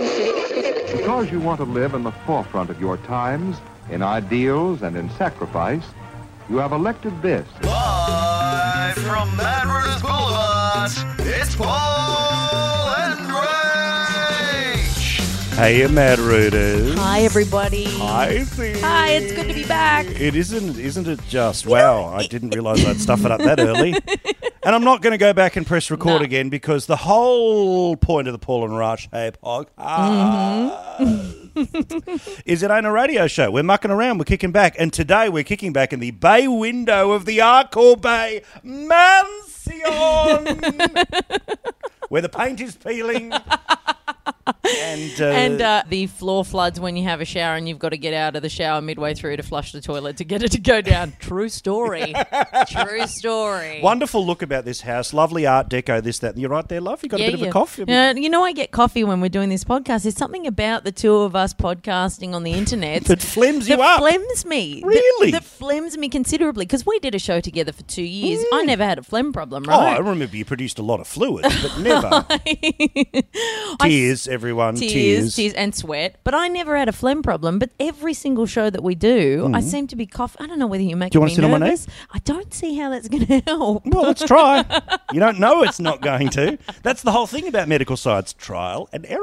Because you want to live in the forefront of your times, in ideals and in sacrifice, you have elected this. Live from Mad Runners Boulevard, it's Paul and Rage. Hey, Mad Rooters. Hi, everybody. Hi, Steve. Hi, it's good to be back. It isn't, isn't it just? wow, I didn't realize I'd stuff it up that early. And I'm not going to go back and press record No. again because the whole point of the Paul and Rush Hey Podcast Mm-hmm. is it ain't a radio show. We're mucking around, we're kicking back, and today we're kicking back in the bay window of the Arcor Bay Mansion, where the paint is peeling. And, uh, And uh, the floor floods when you have a shower and you've got to get out of the shower midway through to flush the toilet to get it to go down. True story. True story. Wonderful look about this house. Lovely Art Deco, this, that. You're right there, love. You got a bit of a cough. Yeah, Uh, you know, I get coffee when we're doing this podcast. There's something about the two of us podcasting on the internet That flims you that up. flems me. That- Really? That, flems me considerably because we did a show together for two years. I never had a phlegm problem, Mm. oh, I right? remember you produced a lot of fluid, but never. tears, everyone. Tears. tears, tears, and sweat. But I never had a phlegm problem. But every single show that we do, I seem to be cough. I don't know whether you make Mm. Do you wanna me sit on my knee? nervous. I don't see how that's going to help. Well, let's try. You don't know it's not going to. That's the whole thing about medical science trial and error.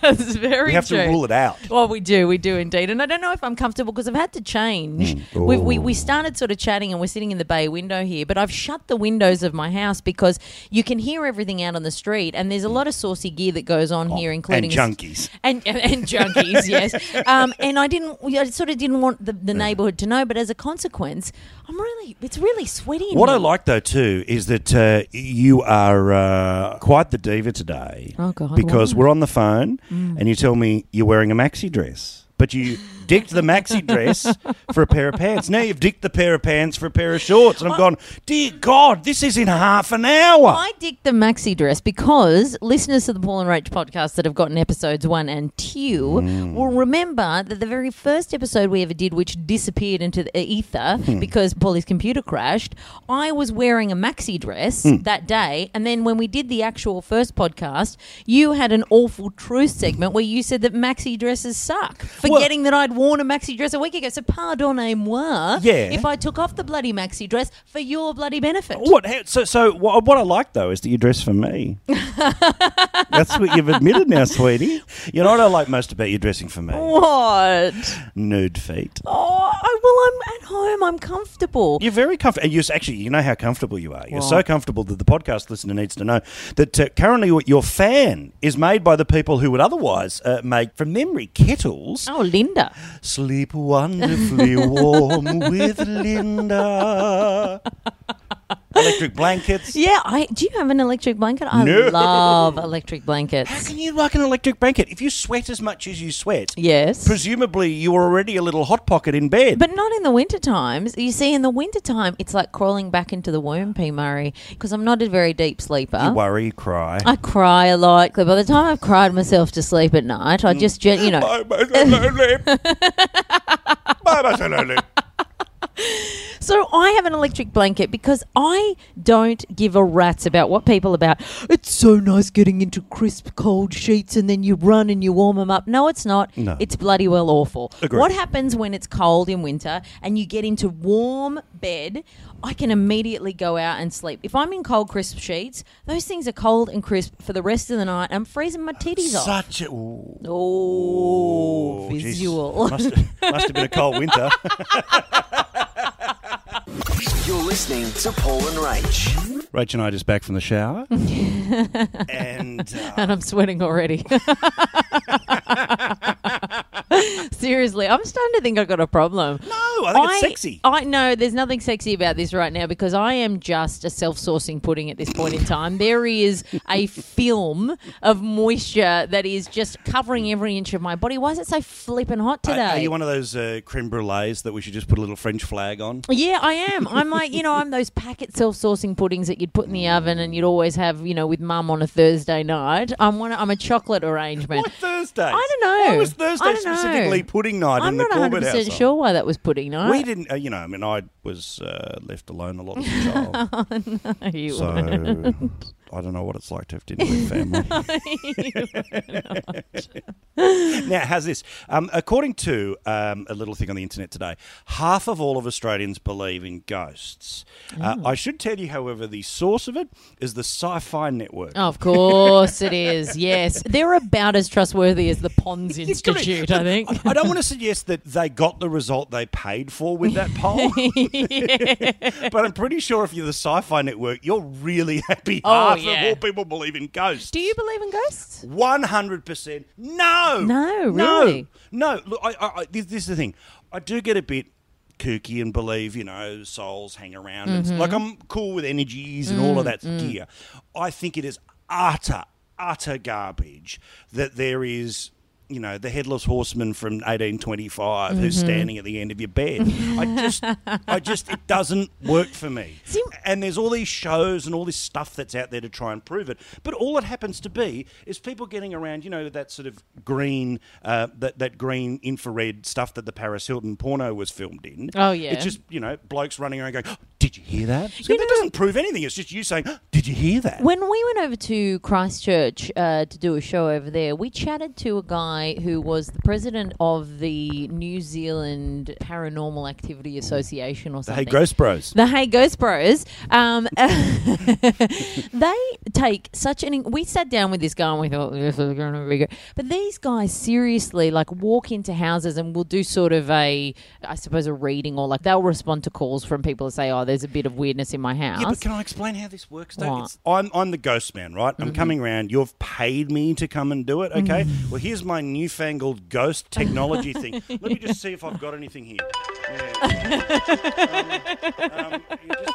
that's very We have to true. rule it out. Well, we do, we do indeed, and I don't know if I'm comfortable because I've had to change. Mm. We, we we started sort of chatting, and we're sitting in the bay window here, but I've shut the windows of my house because you can hear everything out on the street, and there's a lot of saucy gear that goes on here, including Mm. Oh, And junkies. and and, and junkies, yes. Um, and I didn't, I sort of didn't want the, the neighbourhood to know, but as a consequence, I'm really, it's really sweaty. In What I here. like though too is that uh, you are uh, quite the diva today. Oh, God, Because why? we're on the phone and you tell me you're wearing a maxi dress, but you dicked the maxi dress for a pair of pants. Now you've dicked the pair of pants for a pair of shorts, and I'm going, dear God, this is in half an hour. I dick the maxi dress because listeners to the Paul and Rach podcast that have gotten episodes one and two Mm. will remember that the very first episode we ever did, which disappeared into the ether Hmm. because Paulie's computer crashed, I was wearing a maxi dress Hmm. that day. And then when we did the actual first podcast, you had an awful truth segment where you said that maxi dresses suck, forgetting that I'd worn a maxi dress a week ago. So, pardonnez-moi Yeah. if I took off the bloody maxi dress for your bloody benefit. What? how- So, so what, what I like though is that you dress for me. That's what you've admitted now, sweetie. You know what I like most about you dressing for me? Oh. What? Nude feet. Oh, I, well, I'm at home. I'm comfortable. You're very comfortable. You're s- actually, you know how comfortable you are. You're so Right. comfortable that the podcast listener needs to know that uh, currently what your fan is made by the people who would otherwise uh, make, from memory, kettles. Oh, Linda. Sleep wonderfully warm with Linda. Electric blankets. Yeah, I do. You have an electric blanket? I No. love electric How blankets. can you like an electric blanket? If you sweat as much as you sweat, Yes. presumably you were already a little hot pocket in bed. but not in the winter times. You see, in the winter time, it's like crawling back into the womb, P. Murray, because I'm not a very deep sleeper. you worry, you cry. I cry a lot. By the time I've cried myself to sleep at night, Mm. I just, gen- you know. I'm so lonely. I'm so lonely. So I have an electric blanket because I don't give a rat's about what people about. It's so nice getting into crisp, cold sheets and then you run and you warm them up. No, it's not. No. It's bloody well awful. Agreed. What happens when it's cold in winter and you get into warm bed? I can immediately go out and sleep. If I'm in cold, crisp sheets, those things are cold and crisp for the rest of the night. I'm freezing my titties off. Such a. Ooh, Oh, geez. visual. Must, must have been a cold winter. You're listening to Paul and Rage. Rach and I just back from the shower. and uh, and I'm sweating already. Seriously, I'm starting to think I've got a problem. no, oh, I think it's sexy. I Oh, know there's nothing sexy about this right now because I am just a self-sourcing pudding at this point in time. There is a film of moisture that is just covering every inch of my body. Why is it so flippin' hot Are- today? Are you one of those uh, creme brulees that we should just put a little French flag on? Yeah, I am. I'm like, you know, I'm those packet self-sourcing puddings that you'd put in the oven and you'd always have, you know, with mum on a Thursday night. I'm one. I'm a chocolate arrangement. Why Thursday? I don't know. Why was Thursday I don't know. specifically pudding night I'm in the not Corbett 100 house? percent sure why that was pudding night. We didn't, uh, you know, I mean, I was uh, left alone a lot as a child. You- so I don't know what it's like to have dinner with family. now, how's this? Um, according to um, a little thing on the internet today, half of all of Australians believe in ghosts. Uh, Oh. I should tell you, however, the source of it is the Sci Fi Network. Of course it is. Yes, they're about as trustworthy as the Ponds You've got it. Institute. I think. I don't want to suggest that they got the result they paid for with that poll, but I'm pretty sure if you're the Sci Fi Network, you're really happy. Oh, half yeah. of all people believe in ghosts. Do you believe in ghosts? One hundred percent. No. No, No. really? No. Look, I, I, I, this, this is the thing. I do get a bit kooky and believe you know souls hang around. and s- Mm-hmm. like I'm cool with energies and Mm, all of that gear. I think it is utter, utter garbage that there is. You know, the headless horseman from 1825 who's Mm-hmm. standing at the end of your bed. I just, I just, it doesn't work for me. See- And there's all these shows and all this stuff that's out there to try and prove it. But all it happens to be is people getting around, you know, that sort of green, uh, that, that green infrared stuff that the Paris Hilton porno was filmed in. Oh, yeah. It's just, you know, blokes running around going, Did you hear that? So that doesn't prove anything. It's just you saying, Did you hear that? When we went over to Christchurch uh, to do a show over there, we chatted to a guy who was the president of the New Zealand Paranormal Activity Association or hey, something. Ghost Bros. The Hey Ghost Bros. Um, they take such an. We sat down with this guy and we thought this is going to be good. But these guys seriously like walk into houses and will do sort of a, I suppose, a reading or like they'll respond to calls from people to say, "Oh, there's a bit of weirdness in my house." Yeah, but can I explain how this works? Though? What? It's- I'm I'm the ghost man, right? I'm coming round. You've paid me to come and do it, okay? Well, here's my newfangled ghost technology thing. Let me just see if I've got anything here. Yeah. Um, um, you just-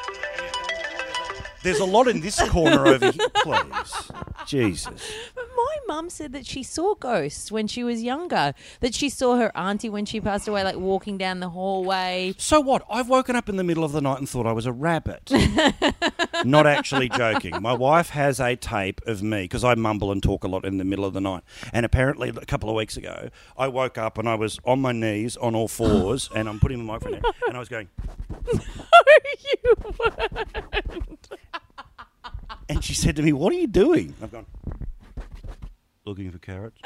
There's a lot in this corner over here, please. Jesus. But my mum said that she saw ghosts when she was younger. That she saw her auntie when she passed away, like walking down the hallway. So what? I've woken up in the middle of the night and thought I was a rabbit. Not actually joking. My wife has a tape of me because I mumble and talk a lot in the middle of the night. And apparently, a couple of weeks ago, I woke up and I was on my knees on all fours, and I'm putting the microphone down, and I was going. And she said to me, "What are you doing?" I've gone looking for carrots.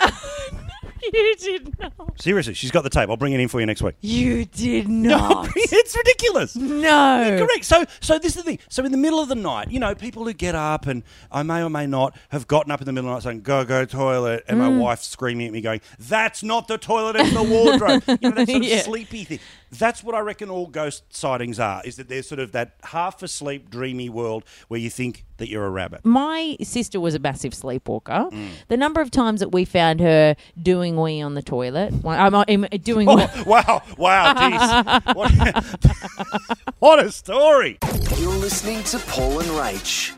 You did not. Seriously, she's got the tape. I'll bring it in for you next week. You did not. it's ridiculous. no. Correct. So, so this is the thing. So, in the middle of the night, you know, people who get up and I may or may not have gotten up in the middle of the night saying, "Go, go, toilet," and my wife screaming at me, going, "That's not the toilet, it's the wardrobe." you know, that sort of Yeah. sleepy thing. That's what I reckon all ghost sightings are. Is that they're sort of that half asleep, dreamy world where you think that you're a rabbit. My sister was a massive sleepwalker. Mm. The number of times that we found her doing wee on the toilet, well, I'm, I'm uh, doing wee. Oh, wow! Wow! Jeez! What, what a story. You're listening to Paul and Rach.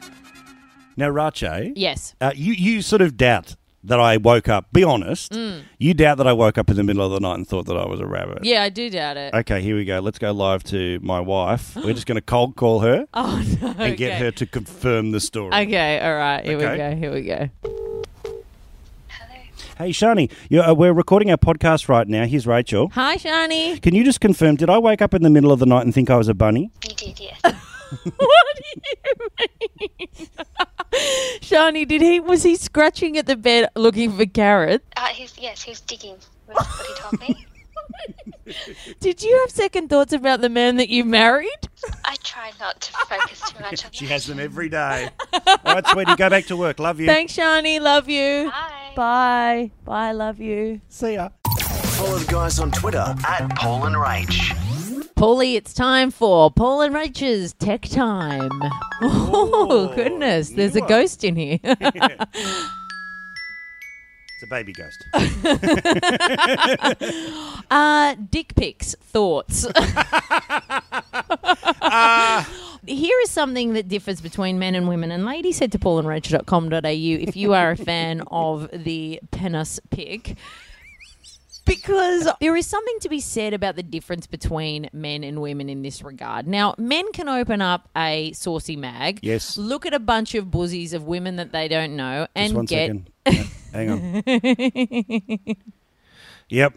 Now, Rache. Yes. Uh, you you sort of doubt that I woke up. Be honest. You doubt that I woke up in the middle of the night and thought that I was a rabbit. Mm. Yeah, I do doubt it. Okay, here we go. Let's go live to my wife. We're just going to cold call her oh no. and get her to confirm the story. Okay, all right. Here Okay. we go. Here we go. Hey, Shani, you uh, we're recording our podcast right now. Here's Rachel. Hi, Shani. Can you just confirm? Did I wake up in the middle of the night and think I was a bunny? You did, yes. Uh, what do you mean? Shani, did he was he scratching at the bed looking for carrots? Uh, he was, yes, he was digging. Was what he told me. Did you have second thoughts about the man that you married? I try not to focus too much on She that. has them every day. All right, sweetie, go back to work. Love you. Thanks, Shani. Love you. Bye. Bye. Bye. Love you. See ya. Follow the guys on Twitter at Paul and Rach. Paulie, it's time for Paul and Rachel's Tech Time. Oh, Oh, goodness. There's a new one. ghost in here. It's a baby ghost. uh, dick pics, thoughts. Here is something that differs between men and women. And ladies said to paulandrachel.com.au if you are a fan of the penis pic. Because there is something to be said about the difference between men and women in this regard. Now, men can open up a saucy mag, Yes. look at a bunch of buzzies of women that they don't know, and Just one get second. Hang on. Yep.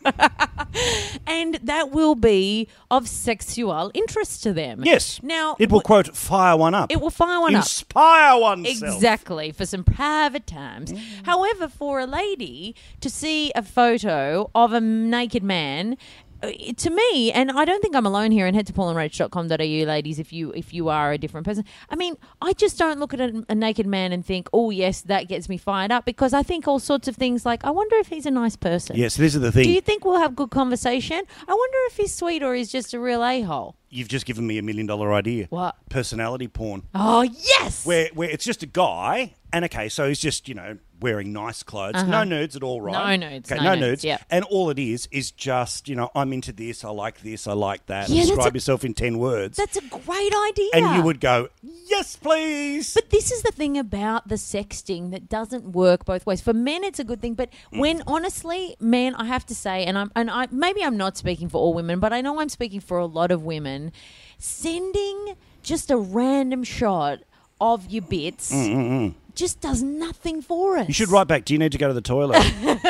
and that will be of sexual interest to them. Yes. Now it will quote fire one up. it will fire one up. Inspire oneself. Exactly, for some private times. However, for a lady to see a photo of a naked man, uh, to me, and I don't think I'm alone here, and head to paulandrage.com.au, ladies, if you if you are a different person. I mean, I just don't look at a, a naked man and think, oh, yes, that gets me fired up, because I think all sorts of things like, I wonder if he's a nice person. Yes, this is the thing. Do you think we'll have good conversation? I wonder if he's sweet or he's just a real a hole. You've just given me a million dollar idea. What? Personality porn. Oh, yes! Where, where it's just a guy, and okay, so he's just, you know, wearing nice clothes. No nudes at all, right? Uh-huh. No nudes, Okay, no no, nudes, nudes. yep. And all it is is just, you know, I'm into this, I like this, I like that. Yeah, that's Describe a- yourself in 10 words. That's a great idea. And you would go, yes, please. But this is the thing about the sexting that doesn't work both ways. For men, it's a good thing, but Mm. when honestly, man, I have to say, and I'm and I maybe I'm not speaking for all women, but I know I'm speaking for a lot of women. Sending just a random shot of your bits just does nothing for us. Mm, you should write back, do you need to go to the toilet? Hit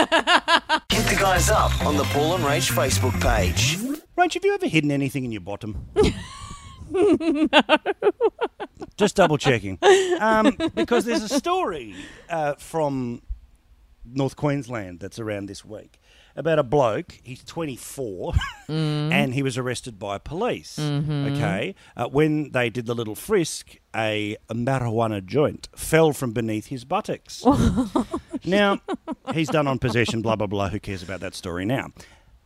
the guys up on the Paul and Rach Facebook page. Rach, have you ever hidden anything in your bottom? no. Just double checking. Um, because there's a story uh, from North Queensland that's around this week about a bloke. He's 24 and he was arrested by police. Okay. Uh, when they did the little frisk, a marijuana joint fell from beneath his buttocks. now, he's done on possession, blah, blah, blah. Who cares about that story now?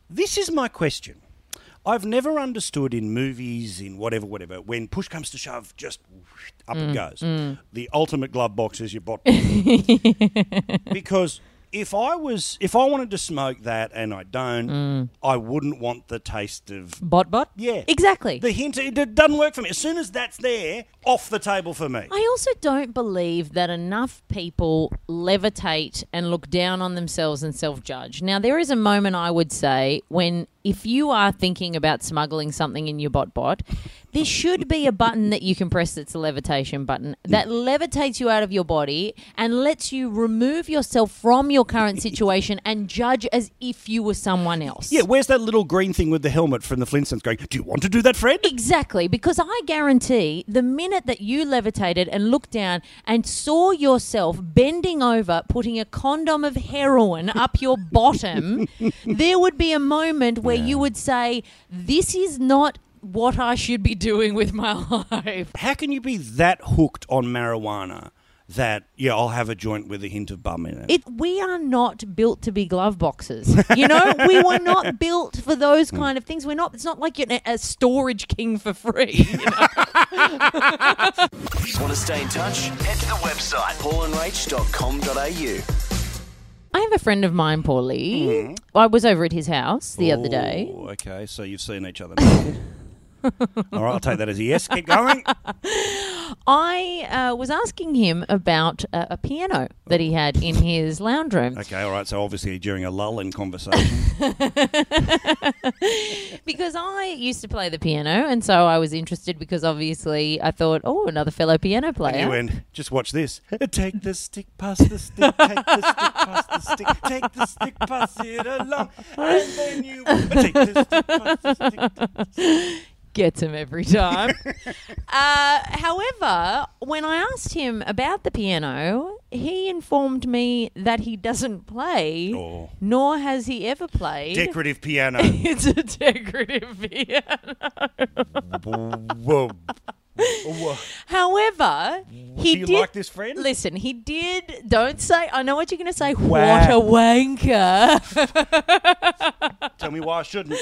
This is my question. I've never understood in movies, in whatever, whatever, when push comes to shove, just whoosh, up it goes. The ultimate glove box is your bottom because if I was if I wanted to smoke that and I don't, I wouldn't want the taste of bot bot. yeah exactly. The hint it d- doesn't work for me. As soon as that's there, off the table for me. I also don't believe that enough people levitate and look down on themselves and self judge. Now, there is a moment I would say when, if you are thinking about smuggling something in your bot bot, there should be a button that you can press that's a levitation button that levitates you out of your body and lets you remove yourself from your current situation and judge as if you were someone else. yeah, where's that little green thing with the helmet from the Flintstones going? Do you want to do that, Fred? Exactly, because I guarantee the minute that you levitated and looked down and saw yourself bending over, putting a condom of heroin up your bottom, there would be a moment where you would say, This is not what I should be doing with my life. How can you be that hooked on marijuana that yeah, I'll have a joint with a hint of bum in it? It, we are not built to be glove boxes. You know, we were not built for those kind of things. We're not. It's not like you're a- a storage king for free. you know? Want to stay in touch? Head to the website paulandrach.com.au. I have a friend of mine, Paulie. Mm-hmm. I was over at his house the other day. Oh, okay, so you've seen each other. naked. All right, I'll take that as a yes. Keep going. I uh, was asking him about uh, a piano that he had in his lounge room Okay, all right. So obviously during a lull in conversation, because I used to play the piano, and so I was interested because obviously I thought, oh, another fellow piano player. you went, just watch this. Take the stick, pass the stick, take the stick, pass the stick, take the stick, pass it along, and then you take the stick, pass the stick. gets him every time. uh, however, when I asked him about the piano, he informed me that he doesn't play, Oh. nor has he ever played. Decorative piano. it's a decorative piano. Whoa. Whoa. However, he Mm, Do you did. like this, friend? Listen, he did. Don't say. I know what you're going to say. What Wow. a wanker! Tell me why I shouldn't.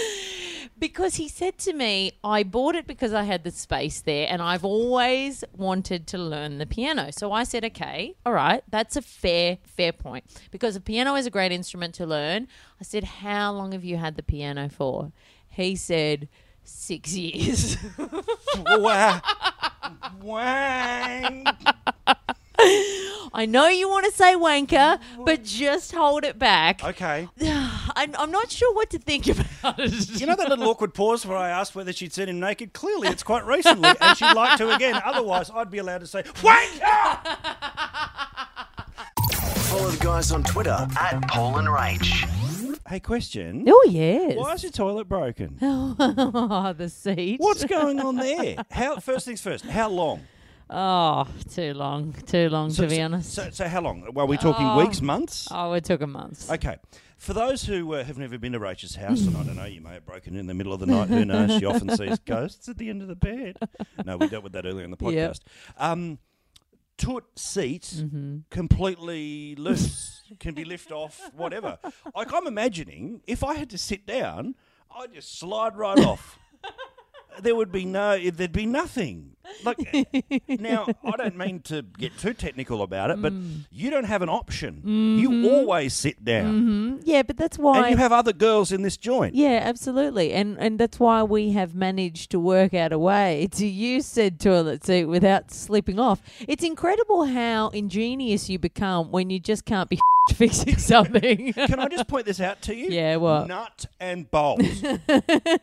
because he said to me, "I bought it because I had the space there, and I've always wanted to learn the piano." So I said, "Okay, all right, that's a fair, fair point." Because the piano is a great instrument to learn. I said, "How long have you had the piano for?" He said, six years." Wah. Wang. I know you want to say wanker, but just hold it back. Okay. I'm, I'm not sure what to think about it. You know that little awkward pause where I asked whether she'd seen him naked? Clearly, it's quite recently, and she'd like to again. Otherwise, I'd be allowed to say, Wanker! Follow the guys on Twitter at Paul and Rach. Hey, question. Oh yes. Why is your toilet broken? oh, the seat. What's going on there? How? First things first. How long? Oh, too long. Too long to be honest. So, so how long? Well, are we talking weeks, months? oh, it took a month. Okay. For those who uh, have never been to Rachel's house, and I don't know, you may have broken in the middle of the night. Who knows? She often sees ghosts at the end of the bed. No, we dealt with that earlier in the Yep. podcast. Um, toot seat completely loose, can be lift off, whatever. Like I'm imagining, if I had to sit down, I'd just slide right off. There would be no, there'd be nothing. Like now, I don't mean to get too technical about it, but you don't have an option. You always sit down. Yeah, but that's why. And you have other girls in this joint. yeah, absolutely, and and that's why we have managed to work out a way to use said toilet seat without slipping off. It's incredible how ingenious you become when you just can't be fixing something. Can I just point this out to you? Yeah, what? Nut and bolt.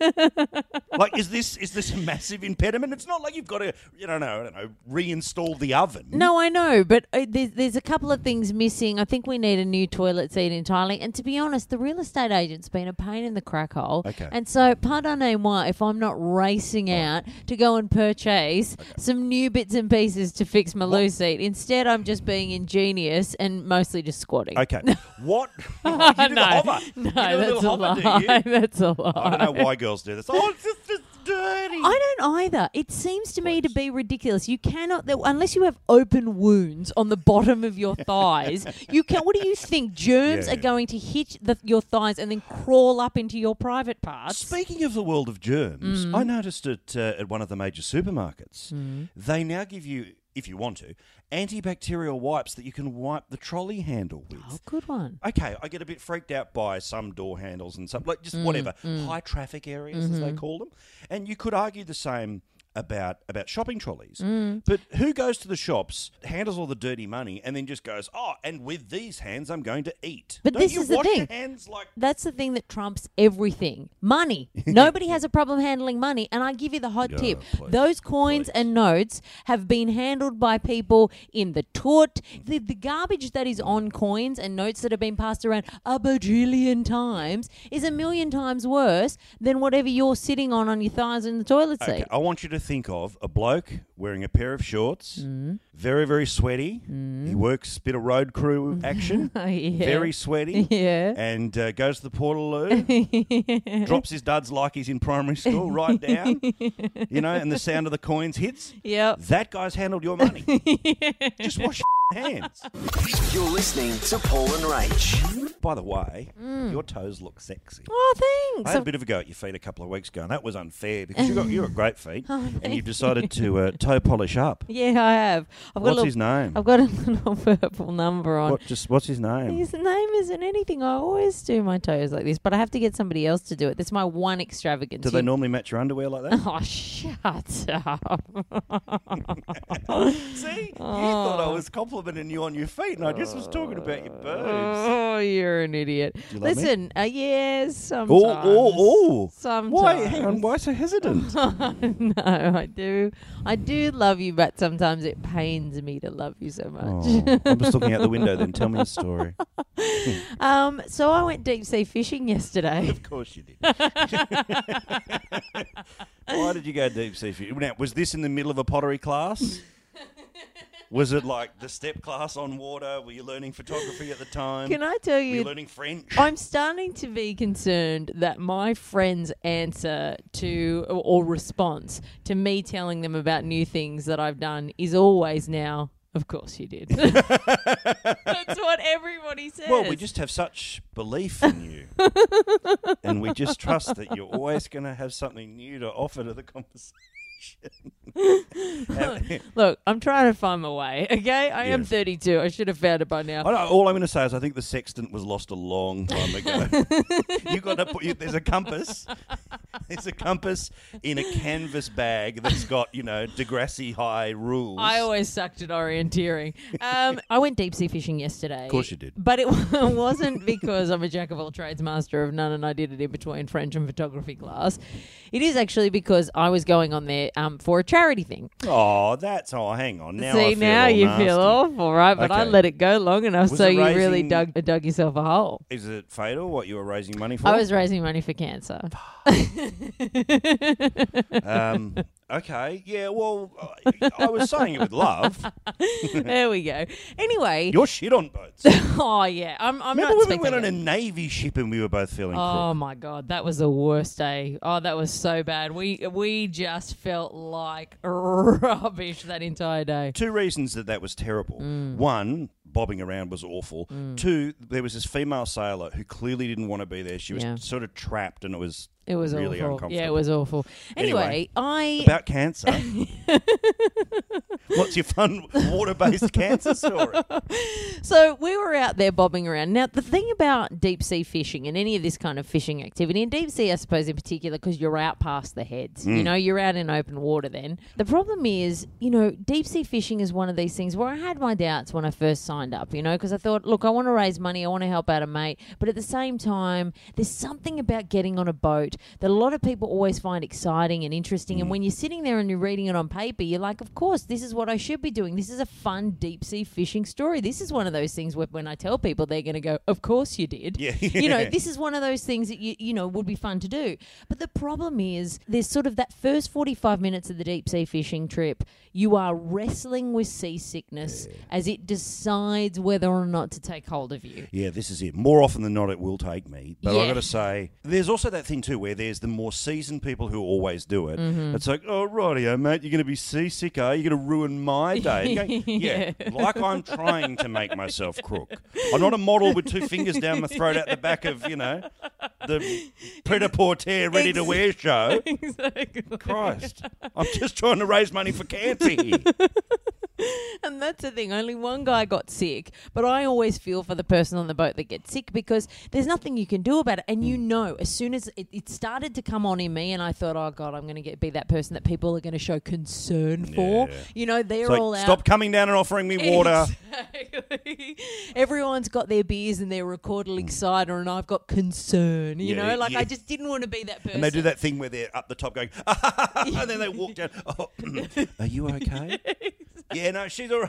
like, is this is this a massive impediment? It's not like you've got to, you don't know, I don't know, reinstall the oven. No, I know, but uh, there's, there's a couple of things missing. I think we need a new toilet seat entirely. And to be honest, the real estate agent's been a pain in the crack hole. Okay. And so, pardonnez-moi if I'm not racing out to go and purchase some new bits and pieces to fix my loose seat. Instead, I'm just being ingenious and mostly just squatting. Okay. What? you do the no, hover. You do the no, that's a little hover, do lie. you? That's a lie. I don't know why girls do this. Oh, it's just, just dirty. I don't either. It seems to me to be ridiculous. You cannot, there- unless you have open wounds on the bottom of your thighs, you can. What do you think? Germs Yeah. are going to hit the, your thighs and then crawl up into your private parts. Speaking of the world of germs, Mm. I noticed at uh, at one of the major supermarkets, they now give you, if you want to, antibacterial wipes that you can wipe the trolley handle with. oh, good one. Okay, I get a bit freaked out by some door handles and some like just Mm, whatever high traffic areas as Mm-hmm. they call them, and you could argue the same about about shopping trolleys. Mm. But who goes to the shops, handles all the dirty money, and then just goes, "Oh, and with these hands, I'm going to eat." But Don't this you is the wash your thing. hands like That's the thing that trumps everything. Money. Nobody has a problem handling money. And I give you the hot tip. Those coins and notes have been handled by people in the toilet. The, the garbage that is on coins and notes that have been passed around a bajillion times is a million times worse than whatever you're sitting on on your thighs in the toilet seat. Okay, I want you to think of a bloke wearing a pair of shorts, Mm. very, very sweaty. He works bit of road crew action, Yeah. very sweaty, Yeah. and uh, goes to the portaloo, drops his duds like he's in primary school, right down, you know, and the sound of the coins hits. Yep. That guy's handled your money. Just wash your hands. You're listening to Paul and Rach. By the way, Mm. your toes look sexy. Oh, I thanks. had a bit of a go at your feet a couple of weeks ago, and that was unfair because you got you got great feet, Oh, and you've decided to uh, toe polish up. yeah, I have. I've got What's a little, his name? I've got a little purple number on. What, just what's his name? His name isn't anything. I always do my toes like this, but I have to get somebody else to do it. That's my one extravagance. Do they You- normally match your underwear like that? Oh, shut up. See, you Oh. thought I was complimenting you on your feet, and I just was talking about your boobs. Oh, you're an idiot. you love me? Listen, uh, yes, sometimes. Oh, oh, oh! Sometimes. Oh. Why? Hang on. Why so hesitant? no, I do. I do love you, but sometimes it pains me to love you so much. Oh, I'm just looking out the window. Then tell me a story. Um, so I went deep sea fishing yesterday. Of course you did. Why did you go deep sea fishing? Now, was this in the middle of a pottery class? Was it like the step class on water? Were you learning photography at the time? Can I tell Were you you learning French? I'm starting to be concerned that my friend's answer to or- or response to me telling them about new things that I've done is always now. Of course you did. That's what everybody says. Well, we just have such belief in you. and we just trust that you're always going to have something new to offer to the conversation. And- look. I'm trying to find my way. Okay, I am Yes. 32. I should have found it by now. I don't- all I'm going to say is I think the sextant was lost a long time ago. you got to put you, there's a compass. There's a compass in a canvas bag that's got, you know, Degrassi high rules. I always sucked at orienteering. Um, I went deep sea fishing yesterday. Of course you did. But it wasn't because I'm a jack of all trades, master of none, and I did it in between French and photography class. It is actually because I was going on there there um, for a charity thing. Oh, that's oh, hang on. Now I See, feel now all you nasty. feel awful, right? But I Okay. let it go long enough, Was so it you really raising- dug dug yourself a hole. Is it fatal? What you were raising money for? I was raising money for cancer. Um, okay. Yeah. Well, I, I was saying it with love. there we go. Anyway, You're shit on boats. oh yeah, I'm. I'm Remember not when we went on a speculating. navy ship and we were both feeling Oh crook? my god, that was the worst day. Oh, that was so bad. We we just felt like rubbish that entire day. Two reasons that that was terrible. Mm. One, bobbing around was awful. Two, there was this female sailor who clearly didn't want to be there. She was Yeah. sort of trapped, and it was It was really awful. uncomfortable. Yeah, it was awful. Anyway, Anyway. I about cancer. What's your fun water-based cancer story? So we were out there bobbing around. Now, the thing about deep sea fishing and any of this kind of fishing activity, and deep sea, I suppose, in particular, because you're out past the heads, Mm. you know, you're out in open water then. The problem is, you know, deep sea fishing is one of these things where I had my doubts when I first signed up, you know, because I thought, look, I want to raise money, I want to help out a mate. But at the same time, there's something about getting on a boat that a lot of people always find exciting and interesting. And when you're sitting there and you're reading it on paper, you're like, of course, this is what I should be doing. This is a fun deep sea fishing story. This is one of those things where when I tell people, they're going to go, of course you did. Yeah. you know, this is one of those things that, you, you know, would be fun to do. But the problem is there's sort of that first 45 minutes of the deep sea fishing trip, you are wrestling with seasickness as it decides whether or not to take hold of you. Yeah, this is it. More often than not, it will take me. But i Yeah. got to say, there's also that thing too where there's the more seasoned people who always do it. Mm-hmm. It's like, oh, rightio, mate, you're going to be seasick, are you? You're going to ruin my day. You're going, yeah, like I'm trying to make myself crook. I'm not a model with two fingers down my throat out the back of, you know, the pret a tear ready to wear show. exactly. Christ, I'm just trying to raise money for cancer here. And that's the thing. Only one guy got sick, but I always feel for the person on the boat that gets sick because there's nothing you can do about it. And you Mm. know, as soon as it, it started to come on in me, and I thought, oh god, I'm going to get be that person that people are going to show concern for. Yeah. You know, they're It's like, all out. stop coming down and offering me water. Exactly. Everyone's got their beers and their recorderling cider, and I've got concern. You Mm. Yeah, know, like yeah. I just didn't want to be that person. And they do that thing where they're up the top going, and then they walk down. Oh, are you okay? yeah, no, she's all right.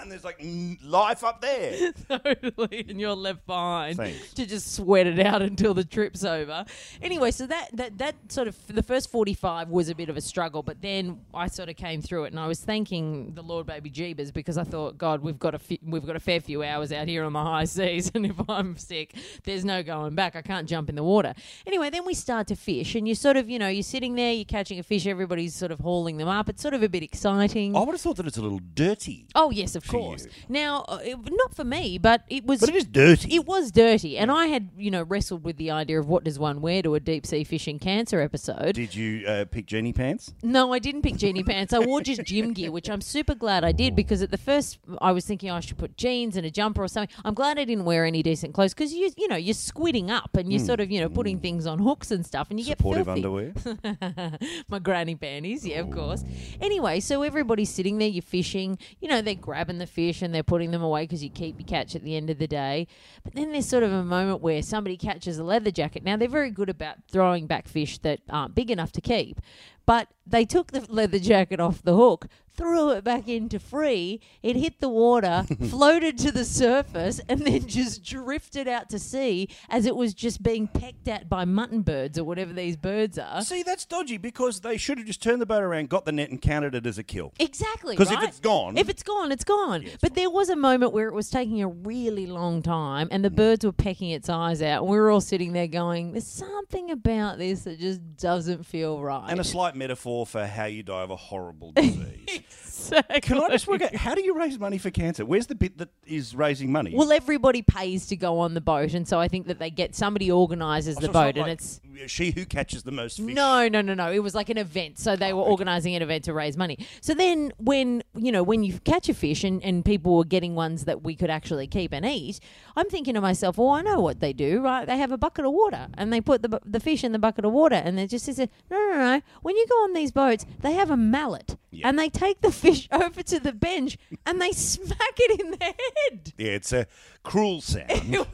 and there's like mm, life up there. totally, and you're left behind Thanks. to just sweat it out until the trip's over. Anyway, so that that that sort of the first 45 was a bit of a struggle, but then I sort of came through it, and I was thanking the Lord, baby Jeebus, because I thought, God, we've got a few, we've got a fair few hours out here on the high seas, and if I'm sick, there's no going back. I can't jump in the water. Anyway, then we start to fish, and you sort of you know you're sitting there, you're catching a fish, everybody's sort of hauling them up. It's sort of a bit exciting. I would have thought that it's a little dirty, Oh yes, of Oh. you. course. Now, uh, it, not for me, but it was. but it is dirty. It was dirty, and I had you know wrestled with the idea of what does one wear to a deep sea fishing cancer episode. Did you uh, pick Jenny pants? No, I didn't pick genie pants. I wore just gym gear, which I'm super glad I did because at the first I was thinking I should put jeans and a jumper or something. I'm glad I didn't wear any decent clothes because you you know you're squidding up and you're sort of you know putting things on hooks and stuff, and you Hmm. Supportive get filthy. underwear. my granny panties, yeah, of course. Anyway, so everybody's sitting there, you're fishing, you know, they're grabbing the fish and they're putting them away because you keep your catch at the end of the day. But then there's sort of a moment where somebody catches a leather jacket. Now, they're very good about throwing back fish that aren't big enough to keep, but they took the leather jacket off the hook. Threw it back into free. It hit the water, floated to the surface, and then just drifted out to sea as it was just being pecked at by mutton birds or whatever these birds are. See, that's dodgy because they should have just turned the boat around, got the net, and counted it as a kill. Exactly. 'Cause if right? it's gone- if it's gone, it's gone. but there was a moment where it was taking a really long time, and the Mm. birds were pecking its eyes out, and we were all sitting there going, "There's something about this that just doesn't feel right." And a slight metaphor for how you die of a horrible disease. Exactly. Can I just work out how do you raise money for cancer? Where's the bit that is raising money? Well, everybody pays to go on the boat, and so I think that they get somebody organises the So it's not boat, and like it's she who catches the most fish. Oh, No, no, no, no. It was like an event. So they were organizing an event to raise money. So then when, you know, when you catch a fish and, and people were getting ones that we could actually keep and eat, I'm thinking to myself, well, I know what they do, right? They have a bucket of water and they put the, bu- the fish in the bucket of water and they just says, no, no, no. When you go on these boats, they have a mallet Yeah. and they take the fish over to the bench and they smack it in the head. Yeah, it's a cruel sound.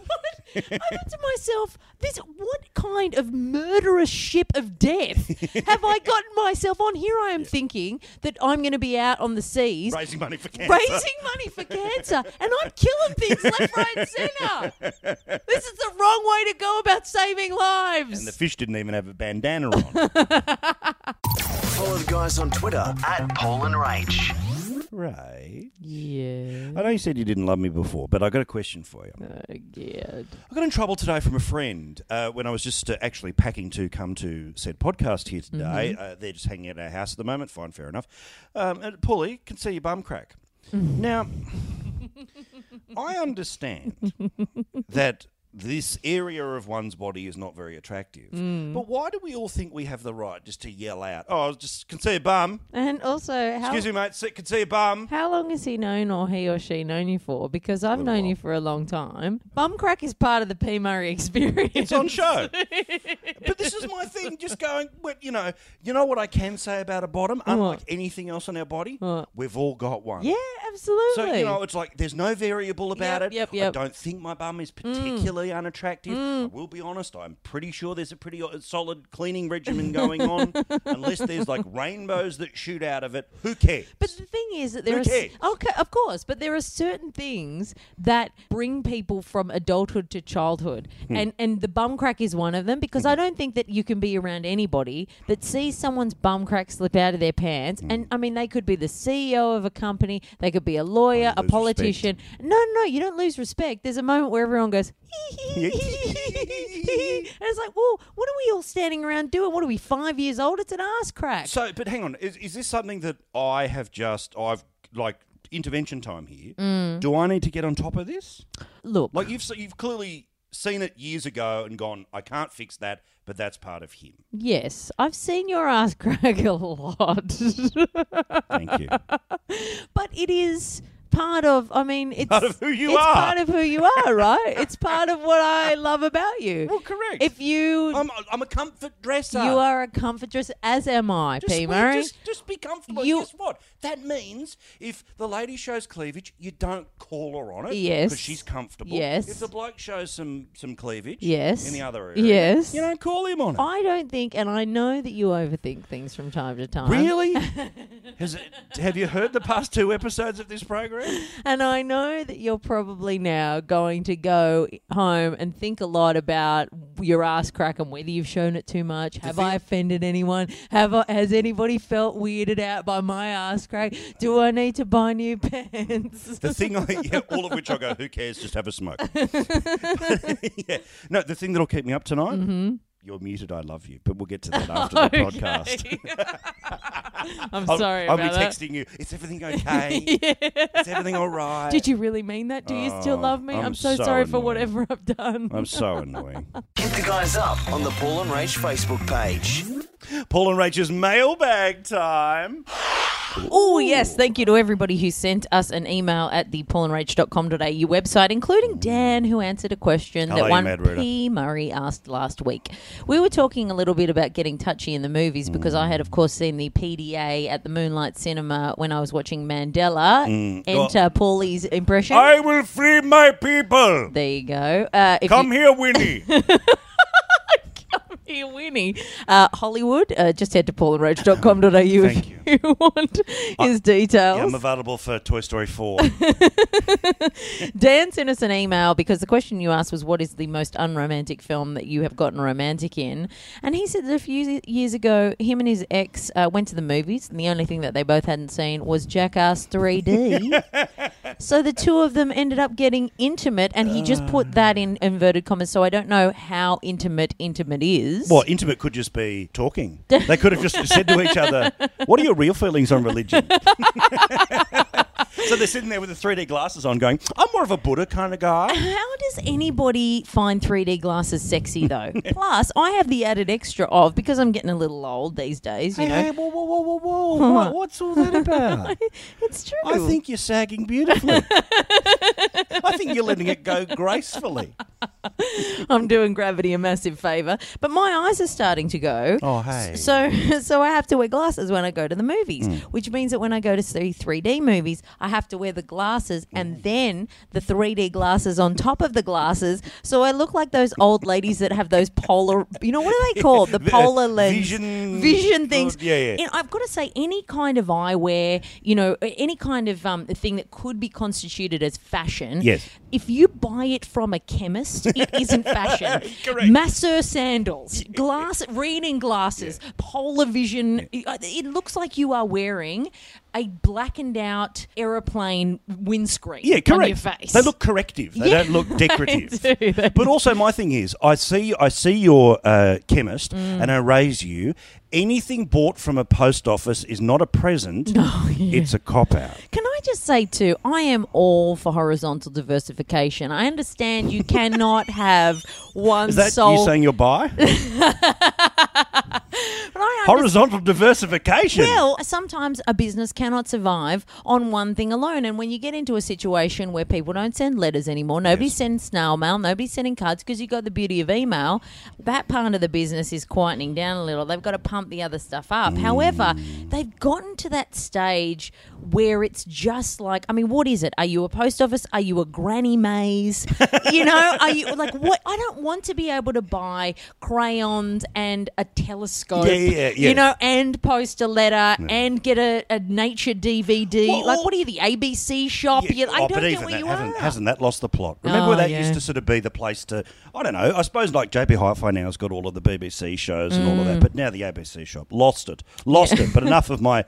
It was- I thought to myself, this what kind of murderous ship of death have I gotten myself on? Here I am thinking that I'm going to be out on the seas Raising money for cancer. raising money for cancer, and I'm killing things left, right, and centre. This is the wrong way to go about saving lives. And the fish didn't even have a bandana on. Follow the guys on Twitter at Paul and Rach. Right. yeah, I know you said you didn't love me before, but I got a question for you. yeah. I got in trouble today from a friend uh, when I was just uh, actually packing to come to said podcast here today. Uh, they're just hanging out at our house at the moment. Fine, fair enough. Um, and Paulie can see your bum crack. Now, I understand that this area of one's body is not very attractive, but why do we all think we have the right just to yell out? Oh, I just can see your bum. And also, how Excuse me, mate. See, can see your bum. How long has he known or he or she known you for? Because I've known you for a long time. Bum crack is part of the P. Murray experience. It's on show. but this is my thing, just going, well, you know, you know what I can say about a bottom, unlike anything else on our body? What? We've all got one. yeah, absolutely. So, you know, it's like there's no variable about Yep, it. yep, Mm. I yep. don't think my bum is particularly unattractive. I will be honest, I'm pretty sure there's a pretty o- solid cleaning regimen going on. Unless there's like rainbows that shoot out of it, who cares? but the thing is that there Who are s- cares? okay, of course, but there are certain things that bring people from adulthood to childhood, Hmm. and and the bum crack is one of them because I don't think that you can be around anybody that sees someone's bum crack slip out of their pants, Hmm. and I mean they could be the CEO of a company, they could be a lawyer, a lose respect. politician. No, no, no, you don't lose respect. There's a moment where everyone goes. Yeah. and it's like, well, what are we all standing around doing? What are we five years old? It's an ass crack. So, but hang on, is, is this something that I have just, I've like intervention time here? Mm. Do I need to get on top of this? Look, Like you've se- you've clearly seen it years ago and gone, I can't fix that, but that's part of him. yes, I've seen your ass crack a lot, Thank you. but it is part of. I mean, it's Part of who you it's are. Part of who you are, right? it's part of what I love about you. Well, correct. If you I'm, I'm a comfort dresser. you are a comfort dresser, as am I, Just, P well, Murray. just, just be comfortable. You- Guess what? That means if the lady shows cleavage, you don't call her on it. Yes. Because she's comfortable. Yes. If the bloke shows some, some cleavage Yes. in the other area, Yes. you don't call him on it. I don't think, and I know that you overthink things from time to time. Really? Has it, have you heard the past two episodes of this program? And I know that you're probably now going to go home and think a lot about your ass crack and whether you've shown it too much. Have I offended anyone? Have I, has anybody felt weirded out by my ass crack? Do I need to buy new pants? The thing, I, yeah, all of which I go, who cares? Just have a smoke. yeah. No, the thing that'll keep me up tonight. Mm-hmm. You're muted. I love you, but we'll get to that after the podcast. I'm I'll, sorry I'll about be that. texting you. Is everything okay? Is everything all right? Did you really mean that? Do you still Oh, love me? I'm I'm, so, so sorry for annoyed. whatever I've done. I'm so annoying. Hit the guys up on the Paul and Rach Facebook page. Paul and Rachel's mailbag time. Oh, yes. Thank you to everybody who sent us an email at the paulandrach.com.au website, including Dan, who answered a question Hello, that you one mad reader. P. Murray asked last week. We were talking a little bit about getting touchy in the Hmm. movies because I had, of course, seen the PDA at the Moonlight Cinema when I was watching Mandela. Enter Paulie's impression. Hmm. I will free my people. there you go. Uh, if Come here, Winnie. Here, Winnie. Uh, Hollywood, uh, just head to paulandrach.com.au if Thank you. you want his details. I'm available for Toy Story 4. Dan sent us an email because the question you asked was, "What is the most unromantic film that you have gotten romantic in?" And he said that a few years ago, him and his ex uh, went to the movies, and the only thing that they both hadn't seen was Jackass 3D. so the two of them ended up getting intimate, and he just put that in inverted commas. So I don't know how intimate intimate is. Well, intimate could just be talking. They could have just said to each other, What are your real feelings on religion? so they're sitting there with the 3D glasses on, going, I'm more of a Buddha kind of guy. How does anybody find 3D glasses sexy though? Plus, I have the added extra of because I'm getting a little old these days. You know, whoa, whoa, whoa, whoa, whoa. What, what's all that about? it's true. I think you're sagging beautifully. I think you're letting it go gracefully. I'm doing gravity a massive favour. But my eyes are starting to go. Oh, hey. Mm. S- So so I have to wear glasses when I go to the movies, which means that when I go to see 3D movies, I have to wear the glasses Mm. and then the 3D glasses on top of the glasses. So I look like those old ladies that have those polar, you know, what are they called? The Vi- polar lens. vision- Vision things. Yeah, yeah. And I've got to say, any kind of eyewear, you know, any kind of um, thing that could be constituted as fashion. Yes. If you buy it from a chemist, it isn't fashion. Correct. Masseur sandals, glass, reading glasses, polar vision. It it looks like you are wearing a blackened out aeroplane windscreen Yeah, correct. on your face. They look corrective. They Yeah, don't look decorative. they do. They But also, my thing is, I see, I see your uh, chemist, Mm. and I raise you. Anything bought from a post office is not a present. It's a cop out. Can I just say too, I am all for horizontal diversification. I understand you cannot have one Is that you sole saying you're bi? but I understand- Horizontal diversification. Well, sometimes a business cannot survive on one thing alone. And when you get into a situation where people don't send letters anymore, nobody sends snail mail, nobody's sending cards because you've got the beauty of email, that part of the business is quietening down a little. They've got to pump the other stuff up. However, Mm. they've gotten to that stage where it's just like, I mean, what is it? Are you a post office? Are you a granny maze? you know, are you like, what? I don't want to be able to buy crayons and a telescope. Yeah, yeah, yeah, You know, yes. and post a letter and get a, a nature DVD. Well, like, all- what are you, the ABC shop? You- I oh, don't but get even where that you hasn't, are. hasn't that lost the plot? Remember Oh, that yeah. used to sort of be the place to, I don't know, I suppose like JB Hi-Fi now has got all of the BBC shows and all of Mm. that, but now the ABC shop lost it, lost it. But enough of my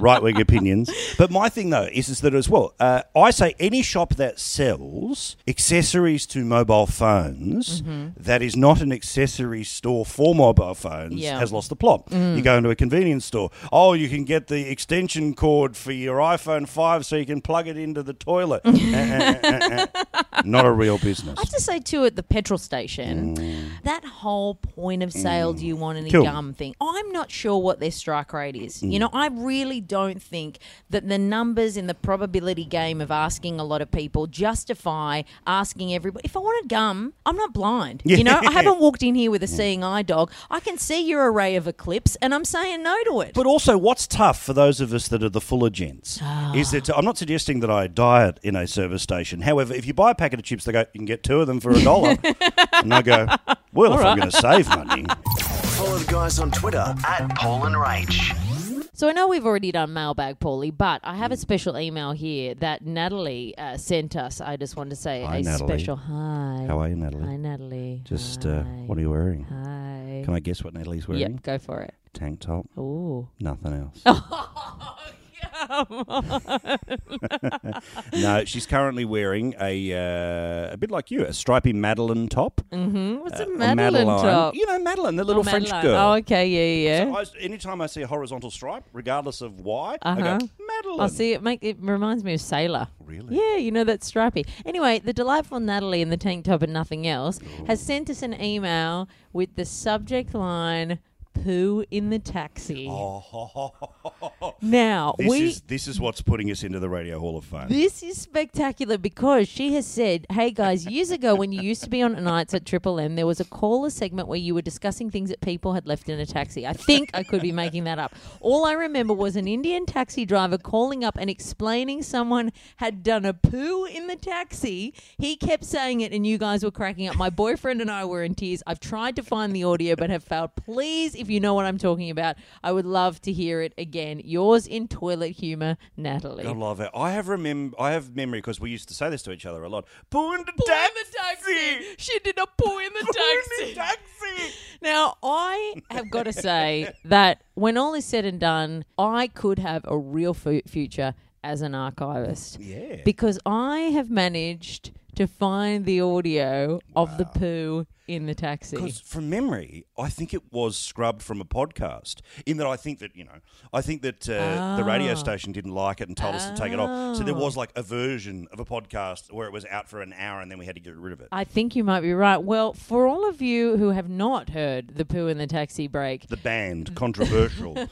right-wing opinions. But my thing though is, is that as well, uh, I say any shop that sells accessories to mobile phones Mm-hmm. that is not an accessory store for mobile phones Yeah. Mm. has lost the plot. You go into a convenience store. Oh, you can get the extension cord for your iPhone 5 so you can plug it into the toilet. Eh, eh, eh, eh, eh. Not a real business. I have to say too at the petrol station, that whole point of sale, do you want any Mm. Cool. Mm. gum thing? I'm not sure what their strike rate is. You know, I really don't think that the numbers in the probability game of asking a lot of people justify asking everybody. If I wanted gum, I'm not blind. You know, I haven't walked in here with a seeing eye dog. I can see your array of eclipse, and I'm saying no to it. But also, what's tough for those of us that are the fuller gents Ah. is that I'm not suggesting that I diet in a service station. However, if you buy a packet of chips, they go, you can get two of them for a dollar. and I go, well, if I'm going to save money. Follow the guys on Twitter at Paul and Rach. So I know we've already done mailbag, Paulie, but I have a special email here that Natalie uh, sent us. I just wanted to say Hi, a Natalie. special hi. How are you, Natalie? Hi, Natalie. Just, uh, Hi. what are you wearing? Hi. Can I guess what Natalie's wearing? Yep, Oh. go for it. Tank top, Ooh. nothing else. Oh. Uh, no, she's currently wearing a uh, a bit like you, a stripy Madeline top. What's a A Madeline top? You know Madeline, the little Oh, French Madeline. girl. Oh, okay, yeah, yeah. So I, anytime I see a horizontal stripe, regardless of why, I Uh-huh. go, Madeline. Oh, see, it make it reminds me of Sailor. Really? Yeah, you know that's stripy. Anyway, the delightful Natalie in the tank top and nothing else has Oh. sent us an email with the subject line "poo in the taxi." Now Oh. This, we is, this is what's putting us into the Radio Hall of Fame. This is spectacular because she has said, "Hey guys, years ago when you used to be on nights at Triple M, there was a caller segment where you were discussing things that people had left in a taxi. I think I could be making that up. All I remember was an Indian taxi driver calling up and explaining someone had done a poo in the taxi. He kept saying it, and you guys were cracking up. My boyfriend and I were in tears. I've tried to find the audio but have failed. Please, if you know what I'm talking about, I would love to hear it again. Yours in toilet humor, Natalie." I love it. I have remem- I have memory because we used to say this to each other a lot. Poo in the poo in the taxi. taxi. She did a poo in the Poo in the taxi. taxi. Now, I have got to say that when all is said and done, I could have a real fu- future as an archivist. Yeah. Because I have managed to find the audio of the poo in the taxi. Because from memory, I think it was scrubbed from a podcast. In that, I think that you know, I think that uh, the Ah. radio station didn't like it and told us to take it off. So there Oh. was like a version of a podcast where it was out for an hour, and then we had to get rid of it. I think you might be right. Well, for all of you who have not heard the poo in the taxi break, the band controversial.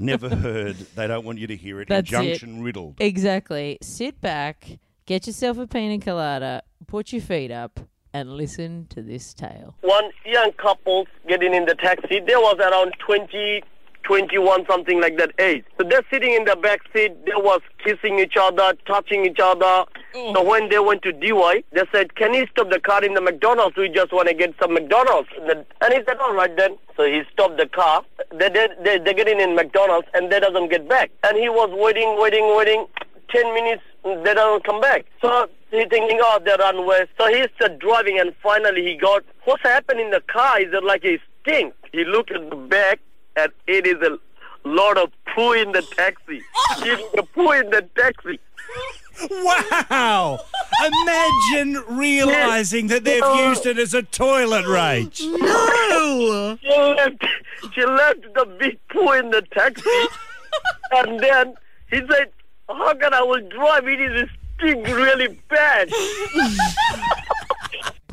Never heard. They don't want you to hear it. That's it. Injunction riddled. Exactly. Sit back, get yourself a pina colada, Put your feet up and listen to this tale. Once young couples getting in the taxi. They was around 20, 21, something like that age. So they're sitting in the back seat. They was kissing each other, touching each other. So when they went to DY, they said, can you stop the car in the McDonald's? We just want to get some McDonald's. And then- and he said, all right then. So he stopped the car. They, they, they, they're getting in McDonald's and they doesn't get back. And he was waiting, waiting, waiting. 10 minutes, they don't come back. So he thinking, oh, they run away. So he's uh, driving and finally he got, what's happened in the car? Is it like a stink? He looked at the back and it is a lot of poo in the taxi. It is a poo in the taxi. Wow! Imagine realizing that they've used it as a toilet rage. No! She left, she left the big poo in the taxi and then he said, how can I will drive? It is a stink really bad.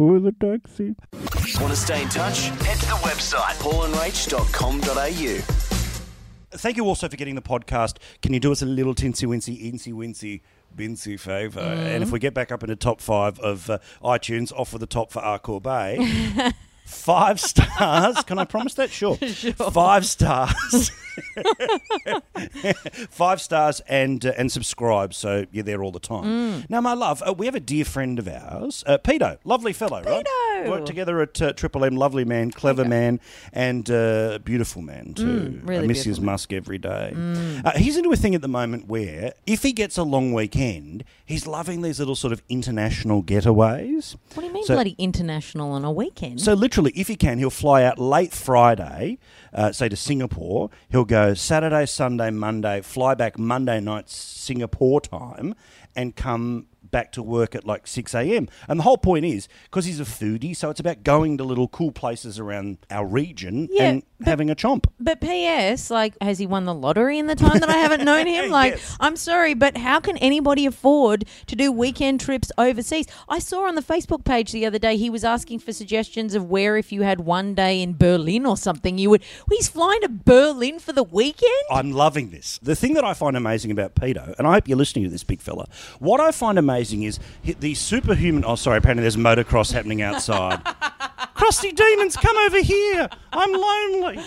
Want to stay in touch? Head to the website paulandrach.com.au. Thank you also for getting the podcast. Can you do us a little tinsy wincy, incy wincy, bincy favour? And if we get back up into top five of uh, iTunes, off with the top for Arcor Bay. Five stars. Can I promise that? Sure. Five stars. Five stars and uh, and subscribe so you're there all the Mm. time. Now, my love, uh, we have a dear friend of ours, uh, Pedo, lovely fellow, right? Pedo. Worked together at uh, Triple M, lovely man, clever man, and uh, beautiful man too. Mm, really I miss his beautiful. Mm. Musk every day. Uh, he's into a thing at the moment where, if he gets a long weekend, he's loving these little sort of international getaways. What do you mean, So- bloody international on a weekend? So literally, if he can, he'll fly out late Friday, uh, say to Singapore. He'll go Saturday, Sunday, Monday, fly back Monday night Singapore time, and come back to work at like 6 a.m. And the whole point is because he's a foodie, so it's about going to little cool places around our region Yeah, and having a chomp. But P.S. Like, has he won the lottery in the time that I haven't known him? Like, Yes. I'm sorry, but how can anybody afford to do weekend trips overseas? I saw on the Facebook page the other day he was asking for suggestions of where, if you had one day in Berlin or something, you would. He's flying to Berlin for the weekend. I'm loving this. The thing that I find amazing about Pedo, and I hope you're listening to this big fella, what I find amazing is hi- the superhuman. Oh, sorry, apparently there's motocross happening outside. Crusty Demons, come over here. I'm lonely.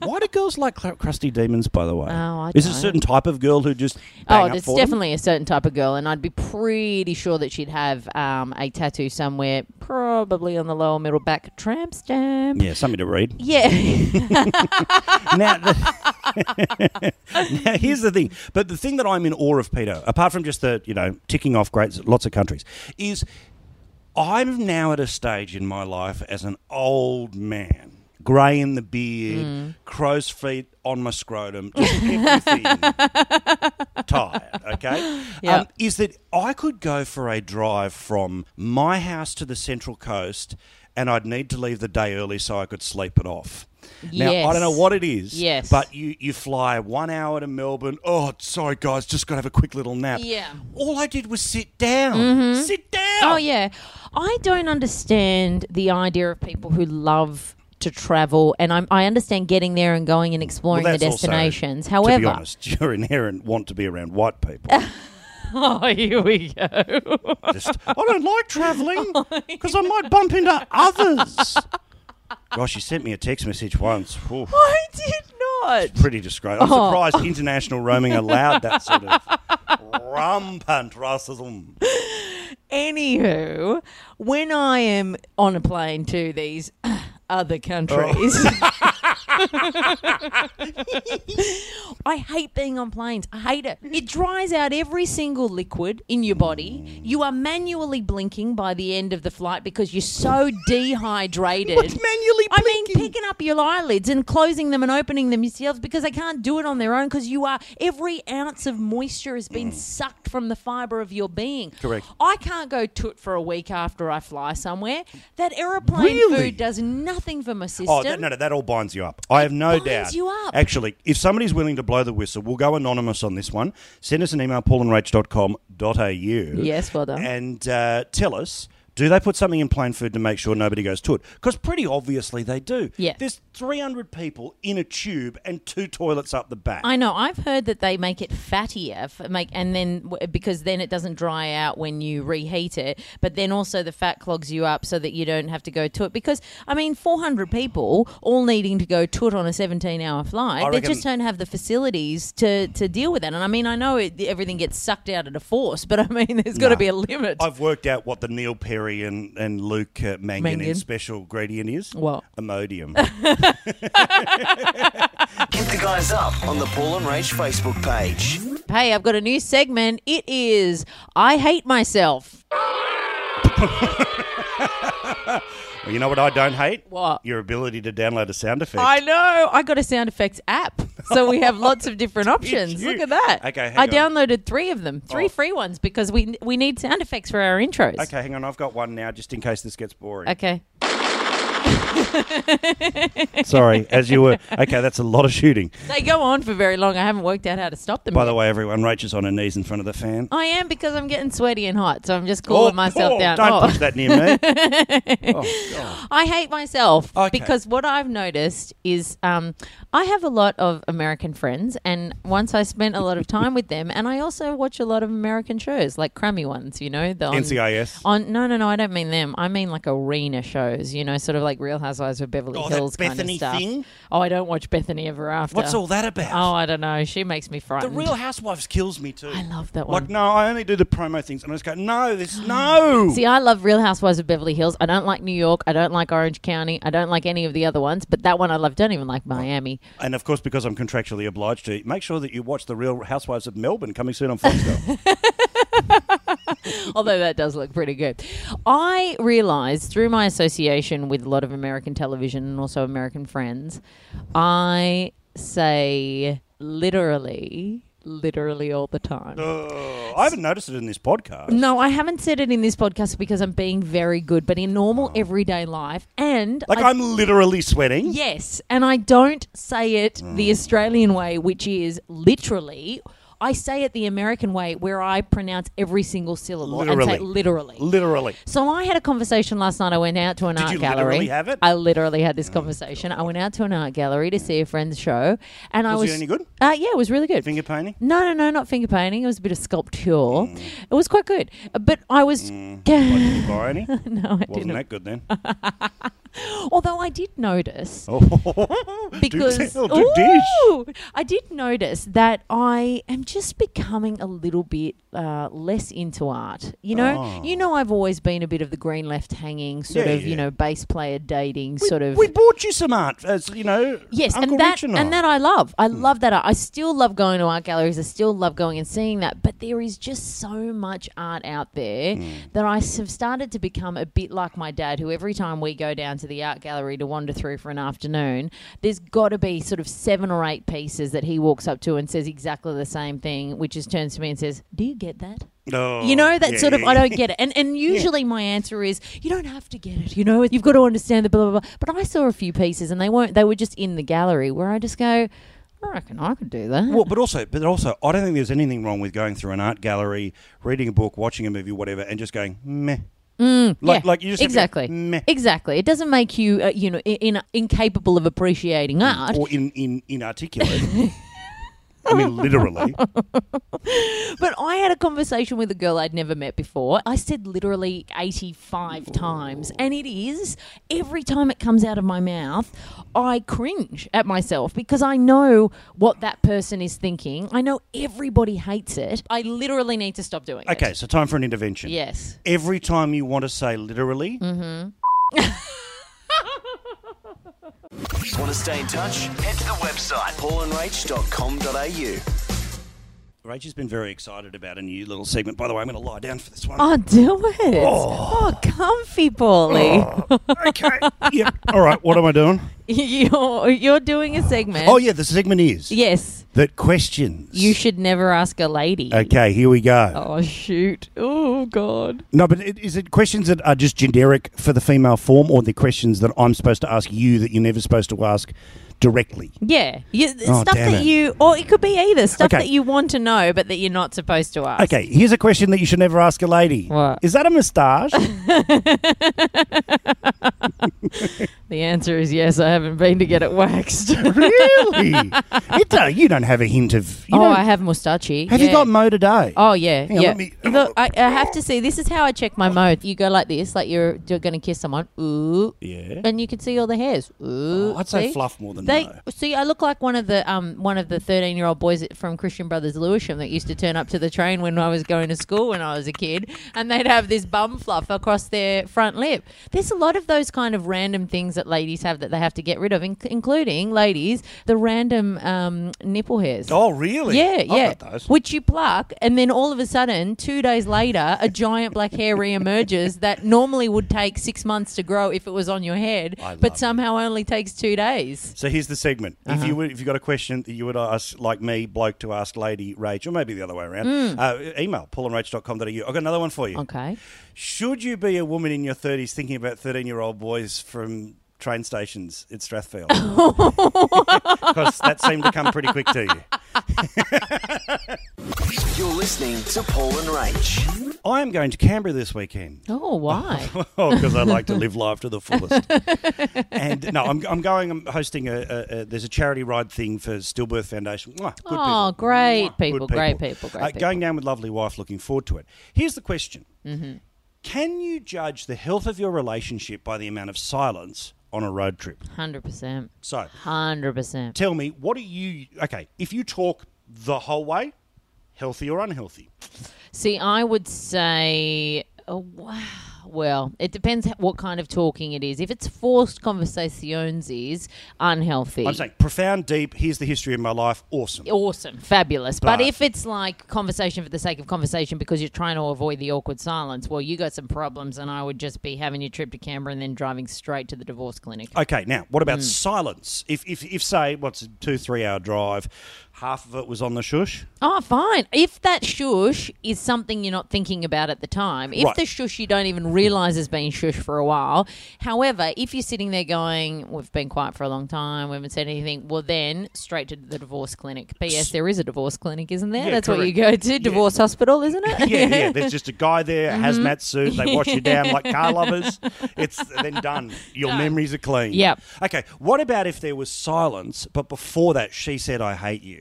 Why do girls like cl- Crusty Demons, by the way? Oh, I is it a don't. certain type of girl who just. Bang Oh, up there's for them? definitely a certain type of girl, and I'd be pretty sure that she'd have um, a tattoo somewhere, probably on the lower middle back tramp stamp. Yeah, something to read. Yeah. now, the, now, here's the thing. But the thing that I'm in awe of, Peter, apart from just the you know ticking off great lots of countries, is I'm now at a stage in my life as an old man, grey in the beard, Mm. crow's feet on my scrotum, just everything tired. Okay, Yeah. um, is that I could go for a drive from my house to the Central Coast. And I'd need to leave the day early so I could sleep it off. Now I don't know Yes. what it is. Yes. But you, you fly one hour to Melbourne. Oh, sorry, guys, just got to have a quick little nap. Yeah. All I did was sit down. Sit down. Oh yeah, I don't understand the idea of people who love to travel, and I'm, I understand getting there and going and exploring Well, the that's also, destinations. to be However, honest, your inherent want to be around white people. oh here we go. Just, I don't like travelling Oh, because I might bump into others. Gosh, you sent me a text message once. Oof, I did not. pretty disgraceful. I'm Oh. surprised international roaming allowed that sort of rampant racism. Anywho, when I am on a plane to these other countries. Oh. I hate being on planes. I hate it. It dries out every single liquid in your body. You are manually blinking by the end of the flight because you're so dehydrated. What's manually I mean, blinking? picking up your eyelids and closing them and opening them yourselves because they can't do it on their own because you are every ounce of moisture has been sucked from the fiber of your being. Mm. Correct. I can't go toot for a week after I fly somewhere. That aeroplane Really? food does nothing for my system. Oh, that, no, no, that all binds you up. I have no binds doubt. you up. Actually, if somebody's willing to blow the whistle, we'll go anonymous on this one. Send us an email, paulandrach.com.au. Yes, well done. And uh, tell us, Do they put something in plain food to make sure nobody goes to it? Because pretty obviously they do. Yeah. There's 300 people in a tube and two toilets up the back. I know. I've heard that they make it fattier, f- make and then w- because then it doesn't dry out when you reheat it. But then also the fat clogs you up so that you don't have to go to it. Because I mean, four hundred people all needing to go to it on a seventeen-hour flight, they reckon- just don't have the facilities to to deal with that. And I mean, I know it, everything gets sucked out at a force, but I mean, there's got to Nah. be a limit. I've worked out what the Neil Perry and, and Luke uh, Mangan, in Mangan. special ingredient is. What? Imodium. Hit the guys up on the Paul and Rach Facebook page. hey, I've got a new segment. It is I hate myself. Well, you know what I don't hate? What? Your ability to download a sound effect. I know. I got a sound effects app, so we have lots of different options. you? Look at that. Okay, hang I on. downloaded three of them, three Oh. free ones, because we we need sound effects for our intros. Okay, hang on. I've got one now just in case this gets boring. Okay. Sorry, as you were. Okay, that's a lot of shooting. They go on for very long. I haven't worked out how to stop them. By yet. the way, everyone, Rachel's on her knees in front of the fan. I am because I'm getting sweaty and hot, so I'm just cooling Oh, myself oh, down. Don't Oh. push that near me. I hate myself Okay. because what I've noticed is um, I have a lot of American friends, and once I spent a lot of time with them, and I also watch a lot of American shows, like crummy ones, you know, the on, NCIS. On no, no, no, I don't mean them. I mean like arena shows, you know, sort of like Real Housewives of Beverly Oh, that Hills kind Bethany of stuff. thing? Oh, I don't watch Bethany Ever After. What's all that about? Oh, I don't know. She makes me The frightened. Real Housewives kills me too. I love that Like, one. no, I only do the promo things. And I just go, no, this, no. See, I love Real Housewives of Beverly Hills. I don't like New York. I don't like Orange County. I don't like any of the other ones, but that one I love. Don't even like Miami. and of course, because I'm contractually obliged to, make sure that you watch The Real Housewives of Melbourne coming soon on Foxtel. Although that does look pretty good. I realized through my association with a lot of American television and also American friends, I say literally, literally all the time. Oh, I haven't noticed it in this podcast. No, I haven't said it in this podcast because I'm being very good, but in normal everyday life, and Oh. Like, I- I'm literally sweating. Yes, and I don't say it Mm. the Australian way, which is literally. I say it the American way, where I pronounce every single syllable and say literally. Literally. so I had a conversation last night. I went out to an art you gallery. literally have it? Oh, I literally had this conversation. I went out to an art gallery to see a friend's show, and I Was was it any good? Uh, yeah, it was really good. Finger painting? Mm. No, no, no, not finger painting. It was a bit of sculpture. It was quite good, Uh, but I was. Did you borrow any? Wasn't no, I didn't. that good then? Although I did notice Oh, do because tell, do dish. Ooh! I did notice that I am just becoming a little bit uh, less into art. You know, you know, I've always been a bit of the green left hanging sort Oh. Yeah, of, yeah. you know, bass player dating sort of. We bought you some art, as you know. Yes, Uncle and that Rich and, I. and that I love. I love that. art. I still love going to art galleries. I still love going and seeing that. But there is just so much art out there that I s- have started to become a bit like my dad, who every time we go down to the art gallery to wander through for an afternoon, there's got to be sort of seven or eight pieces that he walks up to and says exactly the same thing, which is turns to me and says, "Do you get that?" Oh, You know that yeah, sort of yeah, I yeah. don't get it, and and usually my answer is you don't have to get it. You know you've got to understand the blah blah blah. But I saw a few pieces, and they weren't. They were just in the gallery where I just go, I reckon I could do that. Well, but also, but also, I don't think there's anything wrong with going through an art gallery, reading a book, watching a movie, whatever, and just going meh. like, Mm, Yeah, like you just have to go, exactly, meh. exactly. It doesn't make you uh, you know in, in, incapable of appreciating art. or in in inarticulate. I mean, literally. But I had a conversation with a girl I'd never met before. I said literally 85 times, and it is every time it comes out of my mouth, I cringe at myself because I know what that person is thinking. I know everybody hates it. I literally need to stop doing it. Okay, so time for an intervention. Yes. Every time you want to say literally, Mm. Want to stay in touch? Head to the website paulandrach.com.au. Rachel's been very excited about a new little segment. By the way, I'm going to lie down for this one. Oh, do it. Oh, comfy, Paulie. Oh. okay. yep. All right. What am I doing? Um, you're, you're doing a segment. Oh yeah, the segment is Yes. that questions. You should never ask a lady. Okay, here we go. Oh, shoot. Oh, God. No, but it, is it questions that are just generic for the female form, or the questions that I'm supposed to ask you that you're never supposed to ask directly. Yeah, you, Oh, stuff damn that it. you, or it could be either stuff Okay. that you want to know but that you're not supposed to ask. Okay, here's a question that you should never ask a lady. What? Is that a moustache? The answer is yes. I haven't been to get it waxed. really? It, uh, you don't have a hint of. You oh, don't- I have moustache. have you got mo today? Oh yeah, Hang on, yeah. let me- Look, I, I have to see. This is how I check my mouth. You go like this, like you're, you're going to kiss someone. Ooh, Yeah. Oh, and you can see all the hairs. Ooh, I'd say see? fluff more than They mo. see. I look like one of the um one of the thirteen year old boys from Christian Brothers Lewisham that used to turn up to the train when I was going to school when I was a kid, and they'd have this bum fluff across their front lip. There's a lot of those kind of random things that ladies have that they have to get rid of, in- including ladies the random um, nipple hairs. Oh, really? Yeah, I've yeah. got those. Which you pluck, and then all of a sudden, two days later, a giant black hair reemerges that normally would take six months to grow if it was on your head, I love but it. somehow only takes two days. So here's the segment. Uh-huh. If you would, if you got a question that you would ask, like me, bloke to ask lady Rach, or maybe the other way around, Hmm. uh, email paulandrach.com.au. I've got another one for you. Okay. Should you be a woman in your 30s thinking about 13 year old boys from train stations in Strathfield? Because that seemed to come pretty quick to you. You're listening to Paul and Rach. I am going to Canberra this weekend. Oh, why? Oh, because I like to live life to the fullest. and no, I'm, I'm going. I'm hosting a, a, a. There's a charity ride thing for Stillbirth Foundation. Mwah, good people. Oh, great Mwah, good people, great people, great Uh, people. Going down with lovely wife. Looking forward to it. Here's the question: Mm-hmm. Can you judge the health of your relationship by the amount of silence on a road trip? Hundred percent. So, Hundred percent. tell me, what are you? Okay, if you talk the whole way, healthy or unhealthy? See, I would say, oh, wow. Well, it depends h- what kind of talking it is. If it's forced conversations, is unhealthy. I'm saying profound, deep. Here's the history of my life. Awesome. awesome, fabulous. But, But- if it's like conversation for the sake of conversation because you're trying to avoid the awkward silence, well, you got some problems, and I would just be having your trip to Canberra and then driving straight to the divorce clinic. Okay, now what about silence? If, if if say what's a two three hour drive, half of it was on the shush. Oh, fine. If that shush is something you're not thinking about at the time, if Right. the shush you don't even realize has been shush for a while, however, if you're sitting there going, we've been quiet for a long time, we haven't said anything, well, then straight to the divorce clinic. P.S. There is a divorce clinic, isn't there? Yeah, That's what you go correct. to, divorce hospital, isn't it? Yeah, yeah. There's just a guy there, a hazmat suit. They wash you down like car lovers. It's then done. Your memories are clean. Yep. Okay. What about if there was silence, but before that she said, "I hate you."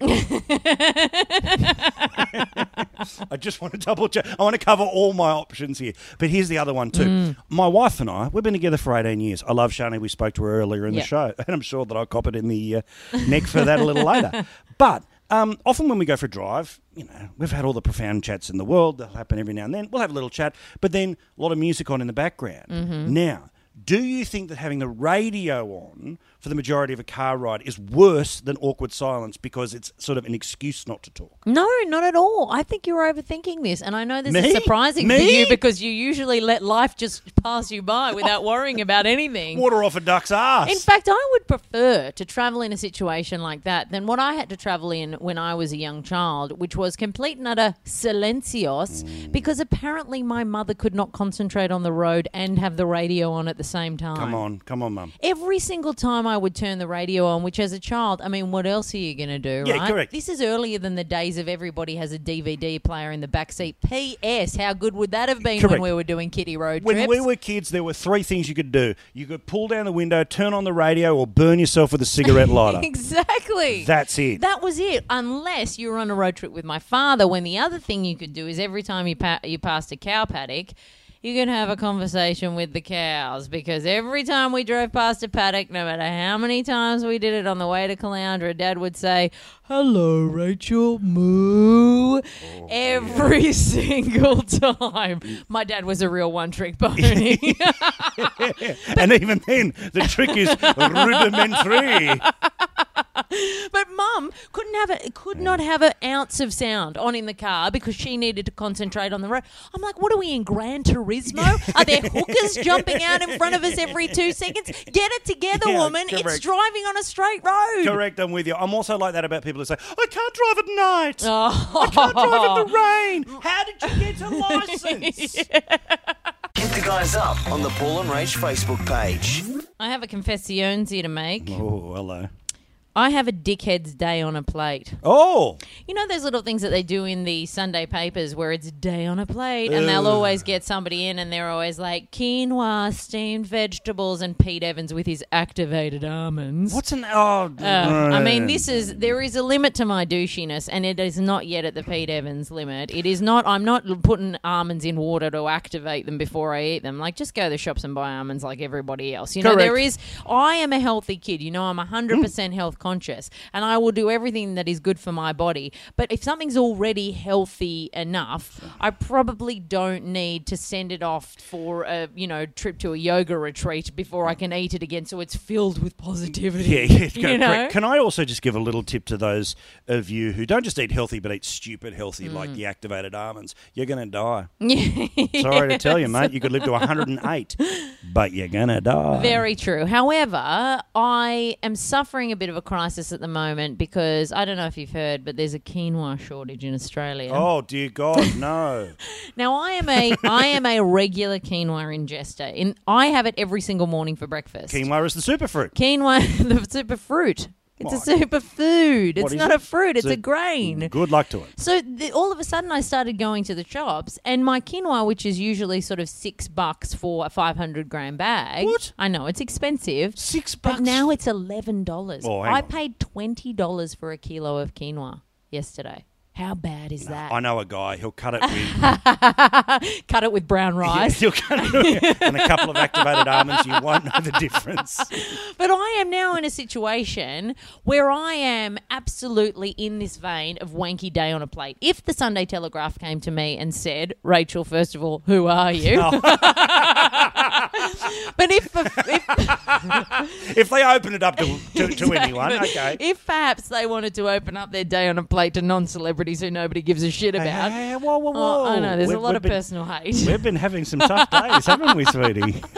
I just want to double check. I want to cover all my options here. But here's the other one too. My wife and I, we've been together for 18 years. I love Shani. We spoke to her earlier in Yep. the show, and I'm sure that I'll cop it in the uh, neck for that a little later. But um, often when we go for a drive, you know, we've had all the profound chats in the world that happen every now and then. We'll have a little chat, but then a lot of music on in the background. Now. Do you think that having the radio on for the majority of a car ride is worse than awkward silence because it's sort of an excuse not to talk? No, not at all. I think you're overthinking this, and I know this Me? is surprising for Me? you because you usually let life just pass you by without worrying about anything. Water off a duck's ass. In fact, I would prefer to travel in a situation like that than what I had to travel in when I was a young child, which was complete and utter silencios, Mm. because apparently my mother could not concentrate on the road and have the radio on at the same time. Come on, come on, mum. Every single time I would turn the radio on, which as a child, I mean, what else are you going to do, Yeah, right? correct. This is earlier than the days of everybody has a DVD player in the backseat. P.S. How good would that have been Correct. when we were doing kitty road When trips? we were kids, there were three things you could do: you could pull down the window, turn on the radio, or burn yourself with a cigarette lighter. Exactly. That's it. That was it. Unless you were on a road trip with my father, when the other thing you could do is every time you pa- you passed a cow paddock, you could have a conversation with the cows because every time we drove past a paddock, no matter how many times we did it on the way to Caloundra, Dad would say, "Hello, Rachel, Oh, moo," every single time. My dad was a real one-trick pony. and even then, the trick is rudimentary. But mum couldn't have a could Mm. not have an ounce of sound on in the car because she needed to concentrate on the road. I'm like, what are we in Gran Turismo? Are there hookers jumping out in front of us every two seconds? Get it together, Yeah, woman! It's correct. driving on a straight road. Correct. I'm with you. I'm also like that about people who say, "I can't drive at night. Oh. I drive in the rain. How did you get a license?" Hit the guys up on the Paul and Rach Facebook page. I have a confession here to make. Oh, hello. I have a dickhead's day on a plate. Oh, You know those little things that they do in the Sunday papers where it's day on a plate and they'll always get somebody in and they're always like quinoa, steamed vegetables, and Pete Evans with his activated almonds. what's an oh? Uh, I mean, this is there is a limit to my douchiness, and it is not yet at the Pete Evans limit. It is not. I'm not putting almonds in water to activate them before I eat them. Like, just go to the shops and buy almonds like everybody else. You know, there Correct. is. I am a healthy kid. You know, I'm 100 percent health conscious, and I will do everything that is good for my body. But if something's already healthy enough, I probably don't need to send it off for a you know trip to a yoga retreat before I can eat it again, so it's filled with positivity. Yeah, yeah. You correct. know? Can I also just give a little tip to those of you who don't just eat healthy but eat stupid Hmm. healthy, like the activated almonds? You're going to die. Sorry to tell you, mate. You could live to 108, but you're going to die. Very true. However, I am suffering a bit of a crisis at the moment because I don't know if you've heard, but there's a quinoa shortage in Australia. Oh dear God, no! Now, I am a I am a regular quinoa ingester. In I have it every single morning for breakfast. Quinoa is the superfruit. Quinoa, the super fruit. It's a super food. What It's is not it? a fruit. It's, It's a- a grain. Good luck to it. So the, all of a sudden, I started going to the shops, and my quinoa, which is usually sort of six bucks for a five hundred gram bag, What? I know it's expensive. Six bucks. But now it's eleven dollars. Oh, hang I on. paid twenty dollars for a kilo of quinoa yesterday. How bad is that? I know a guy. He'll cut it with Cut it with brown rice. he'll cut it with- and a couple of activated almonds. You won't know the difference. But I am now in a situation where I am absolutely in this vein of wanky day on a plate. If the Sunday Telegraph came to me and said, Rachel, first of all, who are you? but if, if, If they open it up to to, to anyone, okay. if perhaps they wanted to open up their day on a plate to non celebrities who nobody gives a shit about. Hey, hey, whoa, whoa, whoa! Oh, I know, there's We've- a lot we've of been- personal hate. We've been having some tough days, haven't we, sweetie?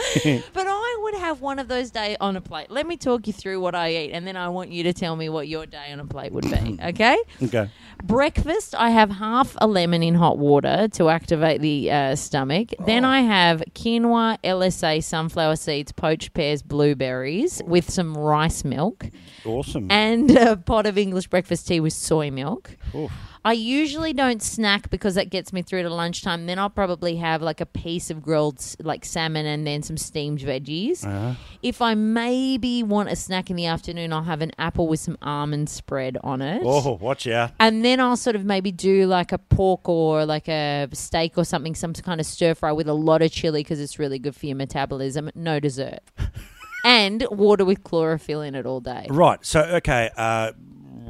But I would have one of those day on a plate. Let me talk you through what I eat, and then I want you to tell me what your day on a plate would be. Okay? okay. Breakfast, I have half a lemon in hot water to activate the uh, stomach. Then I have quinoa, LSA, sunflower seeds, poached pears, blueberries with some rice milk Awesome. and a pot of English breakfast tea with soy milk. I usually don't snack because that gets me through to lunchtime. Then I'll probably have like a piece of grilled s- like salmon and then some steamed veggies. If I maybe want a snack in the afternoon, I'll have an apple with some almond spread on it. oh, watch out. And then I'll sort of maybe do like a pork or like a steak or something, some kind of stir fry with a lot of chili because it's really good for your metabolism. No dessert. and water with chlorophyll in it all day. Right. So, okay. Uh,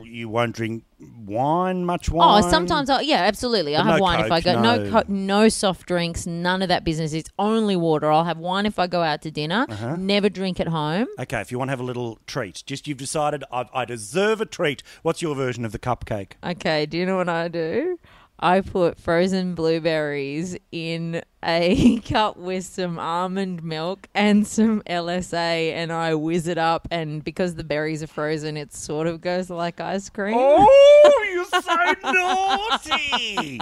you won't drink wine, much Oh, wine. sometimes I yeah, absolutely. I But have no wine if I Coke, go no no. co- no soft drinks, none of that business. It's only water. I'll have wine if I go out to dinner. Uh-huh. Never drink at home. Okay, if you want to have a little treat, just you've decided I, I deserve a treat. What's your version of the cupcake? Okay, do you know what I do? I put frozen blueberries in a cup with some almond milk and some LSA, and I whiz it up. And because the berries are frozen, it sort of goes like ice cream. Oh, you're so naughty!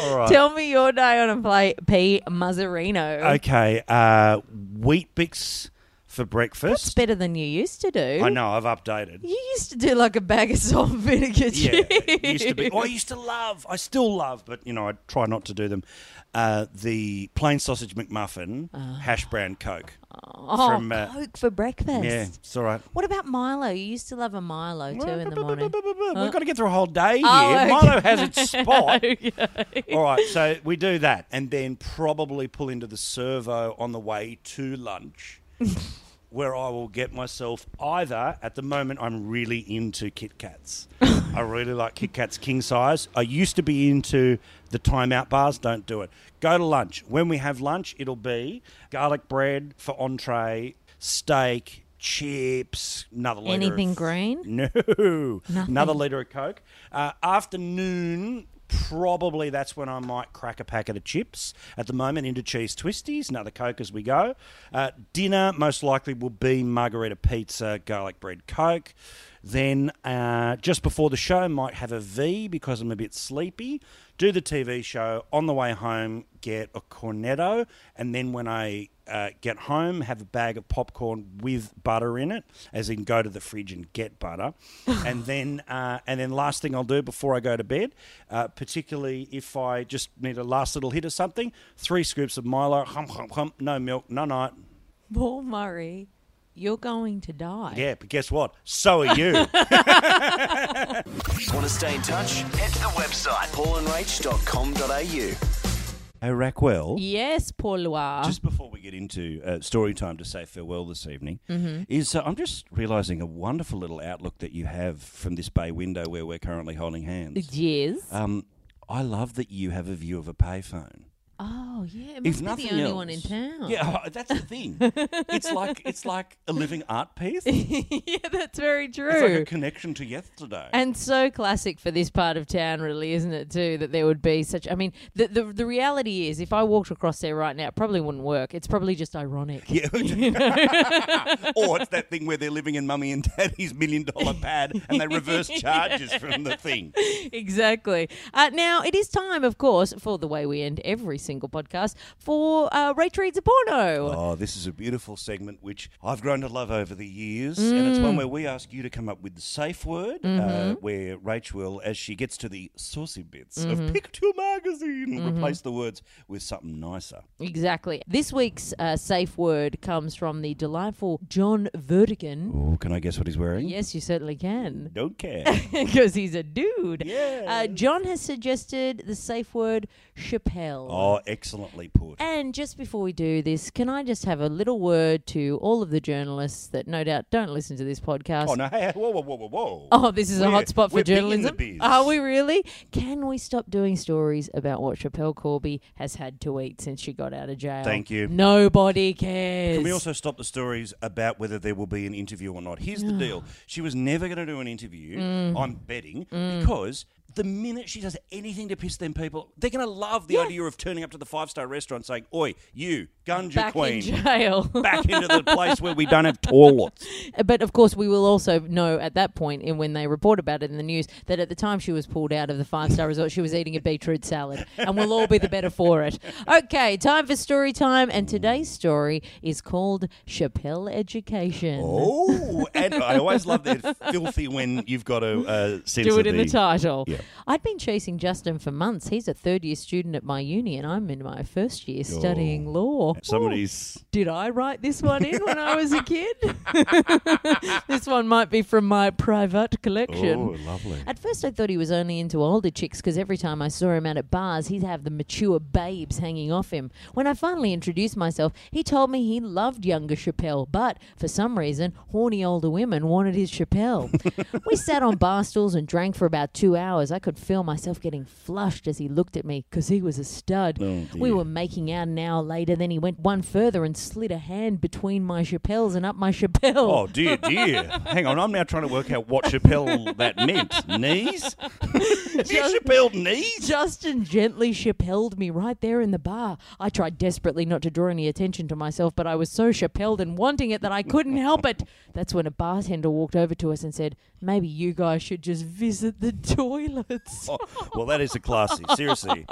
All right. Tell me your day on a plate, P. Mazzarino. Okay, uh, Wheat Bix for breakfast. It's better than you used to do. I know, I've updated. You used to do like a bag of salt and vinegar Yeah, chips. it used to be. Oh, I used to love. I still love, but you know, I try not to do them. Uh, the plain sausage McMuffin, hash brown Coke. Oh, from, uh, Coke for breakfast. Yeah, it's all right. What about Milo? You used to love a Milo too in the morning. We've got to get through a whole day here. Oh, okay. Milo has its spot. All right, so we do that, and then probably pull into the servo on the way to lunch, where I will get myself either. At the moment, I'm really into Kit Kats. I really like Kit Kats king size. I used to be into the timeout bars. Don't do it. Go to lunch. When we have lunch, it'll be garlic bread for entree, steak. Chips, another litre of- Anything green? no. Another litre of Coke. Uh, afternoon, probably that's when I might crack a packet of chips. At the moment, into cheese twisties, another Coke as we go. Uh, dinner, most likely, will be margarita pizza, garlic bread Coke. Then uh, just before the show, might have a V because I'm a bit sleepy. Do the TV show on the way home, get a cornetto, and then when I uh, get home, have a bag of popcorn with butter in it, as in go to the fridge and get butter, and then uh, and then last thing I'll do before I go to bed, uh, particularly if I just need a last little hit of something, three scoops of Milo, hum hum hum, no milk, no night. Paul Murray, you're going to die. Yeah, but guess what? So are you. Want to stay in touch? Head to the website paulandrach.com.au. hey Raquel. Yes, Paul Loire. Just before we get into uh, story time to say farewell this evening, Mm-hmm. is uh, I'm just realising a wonderful little outlook that you have from this bay window where we're currently holding hands. yes. Um, I love that you have a view of a payphone. oh, yeah. It If must be nothing the only else, one in town. Yeah, oh, that's the thing. it's like it's like a living art piece. It's yeah, that's very true. like a connection to yesterday. And so classic for this part of town, really, isn't it? Too that there would be such. I mean, the the, the reality is, if I walked across there right now, it probably wouldn't work. It's probably just ironic. yeah. or it's that thing where they're living in mummy and daddy's million dollar pad and they reverse charges from the thing. exactly. Uh, now it is time, of course, for the way we end every single podcast for uh, Rach reads a porno. Oh, this is a beautiful segment which I've grown to love over the years, and it's Mm. one where we ask you to come up with the safe word. Mm-hmm. Uh, where Rach will, as she gets to the saucy bits Mm-hmm. of Picture Magazine, replace the words with something nicer. Exactly. This week's uh, safe word comes from the delightful John Vertigan. Oh, can I guess what he's wearing? Yes, you certainly can. Don't care. because he's a dude. Yeah. Uh, John has suggested the safe word Chappelle. oh, excellently put. And just before we do this, can I just have a little word to all of the journalists that no doubt don't listen to this podcast? Oh no! Hey, hey, whoa, whoa, whoa, whoa, whoa! Oh, this is a We're- hot spot for we're big in the journalism. biz. Are we really? Can we stop doing stories about what Chappelle Corby has had to eat since she got out of jail? Thank you. Nobody cares. Can we also stop the stories about whether there will be an interview or not? Here's the deal. She was never going to do an interview, Mm. I'm betting, because the minute she does anything to piss them people, they're going to love the idea of turning up to the five star restaurant saying, Oi, you, Gunja back Queen, in jail? back into the place where we don't have toilets. But of course, we will also know at that point, and when they report about it in the news, that at the time she was pulled out of the five star resort, she was eating a beetroot salad, and we'll all be the better for it. Okay, time for story time, and today's story is called Chappelle Education. Oh, and I always love that filthy when you've got to uh, censor Do it in the the- title. Yeah. I'd been chasing Justin for months. He's a third year student at my uni, and I'm in my first year studying law. Somebody's did I write this one in when I was a kid? this one might be from my private collection. Oh, lovely. At first, I thought he was only into older chicks because every time I saw him out at bars, he'd have the mature babes hanging off him. When I finally introduced myself, he told me he loved younger Chappelle, but for some reason, horny older women wanted his Chappelle. we sat on bar stools and drank for about two hours. I could feel myself getting flushed as he looked at me because he was a stud. we were making out an hour later, then he went one further and slid a hand between my Chappelles and up my Chappelle. Oh dear, dear. Hang on, I'm now trying to work out what Chappelle that meant. Knees? Have you Chappelle knees? Justin gently chappelled me right there in the bar. I tried desperately not to draw any attention to myself, but I was so chappelled and wanting it that I couldn't help it. That's when a bartender walked over to us and said, Maybe you guys should just visit the toilets. Oh, well, that is a classy. Seriously,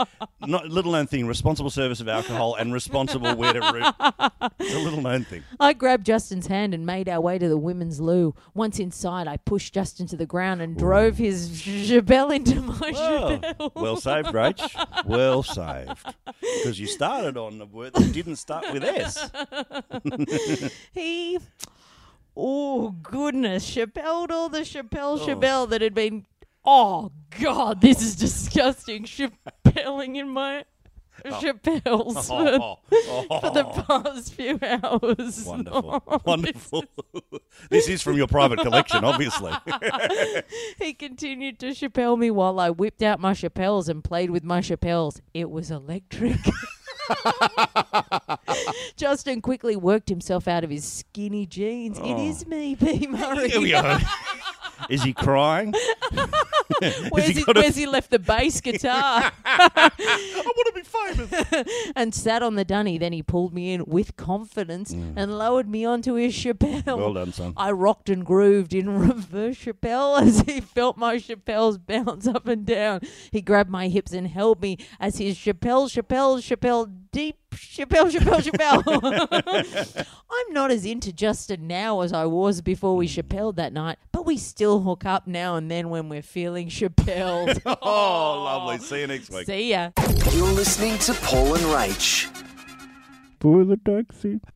not little known thing. Responsible service of alcohol and responsible where to root. It's a little known thing. I grabbed Justin's hand and made our way to the women's loo. Once inside, I pushed Justin to the ground and drove his Chappelle into my Oh, Chappelle. well saved, Rach. Well saved. Because you started on a word that didn't start with S. he. Oh goodness, Chappelle all the Chappelle Oh. Chappelle that had been Oh god, this is disgusting. Chappelling in my Chappelle's for, Oh, oh, for the past few hours. Oh, wonderful. Wonderful. this is from your private collection, obviously. He continued to Chappelle me while I whipped out my Chappelles and played with my Chappelles. It was electric. Justin quickly worked himself out of his skinny Oh. jeans. It is me, P. Murray. Here we are. Is he crying? Where's he he, got a- where's he left the bass guitar? I want to be famous. and sat on the dunny. Then he pulled me in with confidence and lowered me onto his Chappelle. Mm. Well done, son. I rocked and grooved in reverse Chappelle as he felt my Chappelle's bounce up and down. He grabbed my hips and held me as his Chappelle, Chappelle, Chappelle, deep Chappelle, Chappelle, Chappelle. I'm not as into Justin now as I was before we Chappelle that night, but we still hook up now and then when we're feeling Chappelle. Oh, lovely. See you next week. See ya. You're listening to Paul and Rach. For the taxi.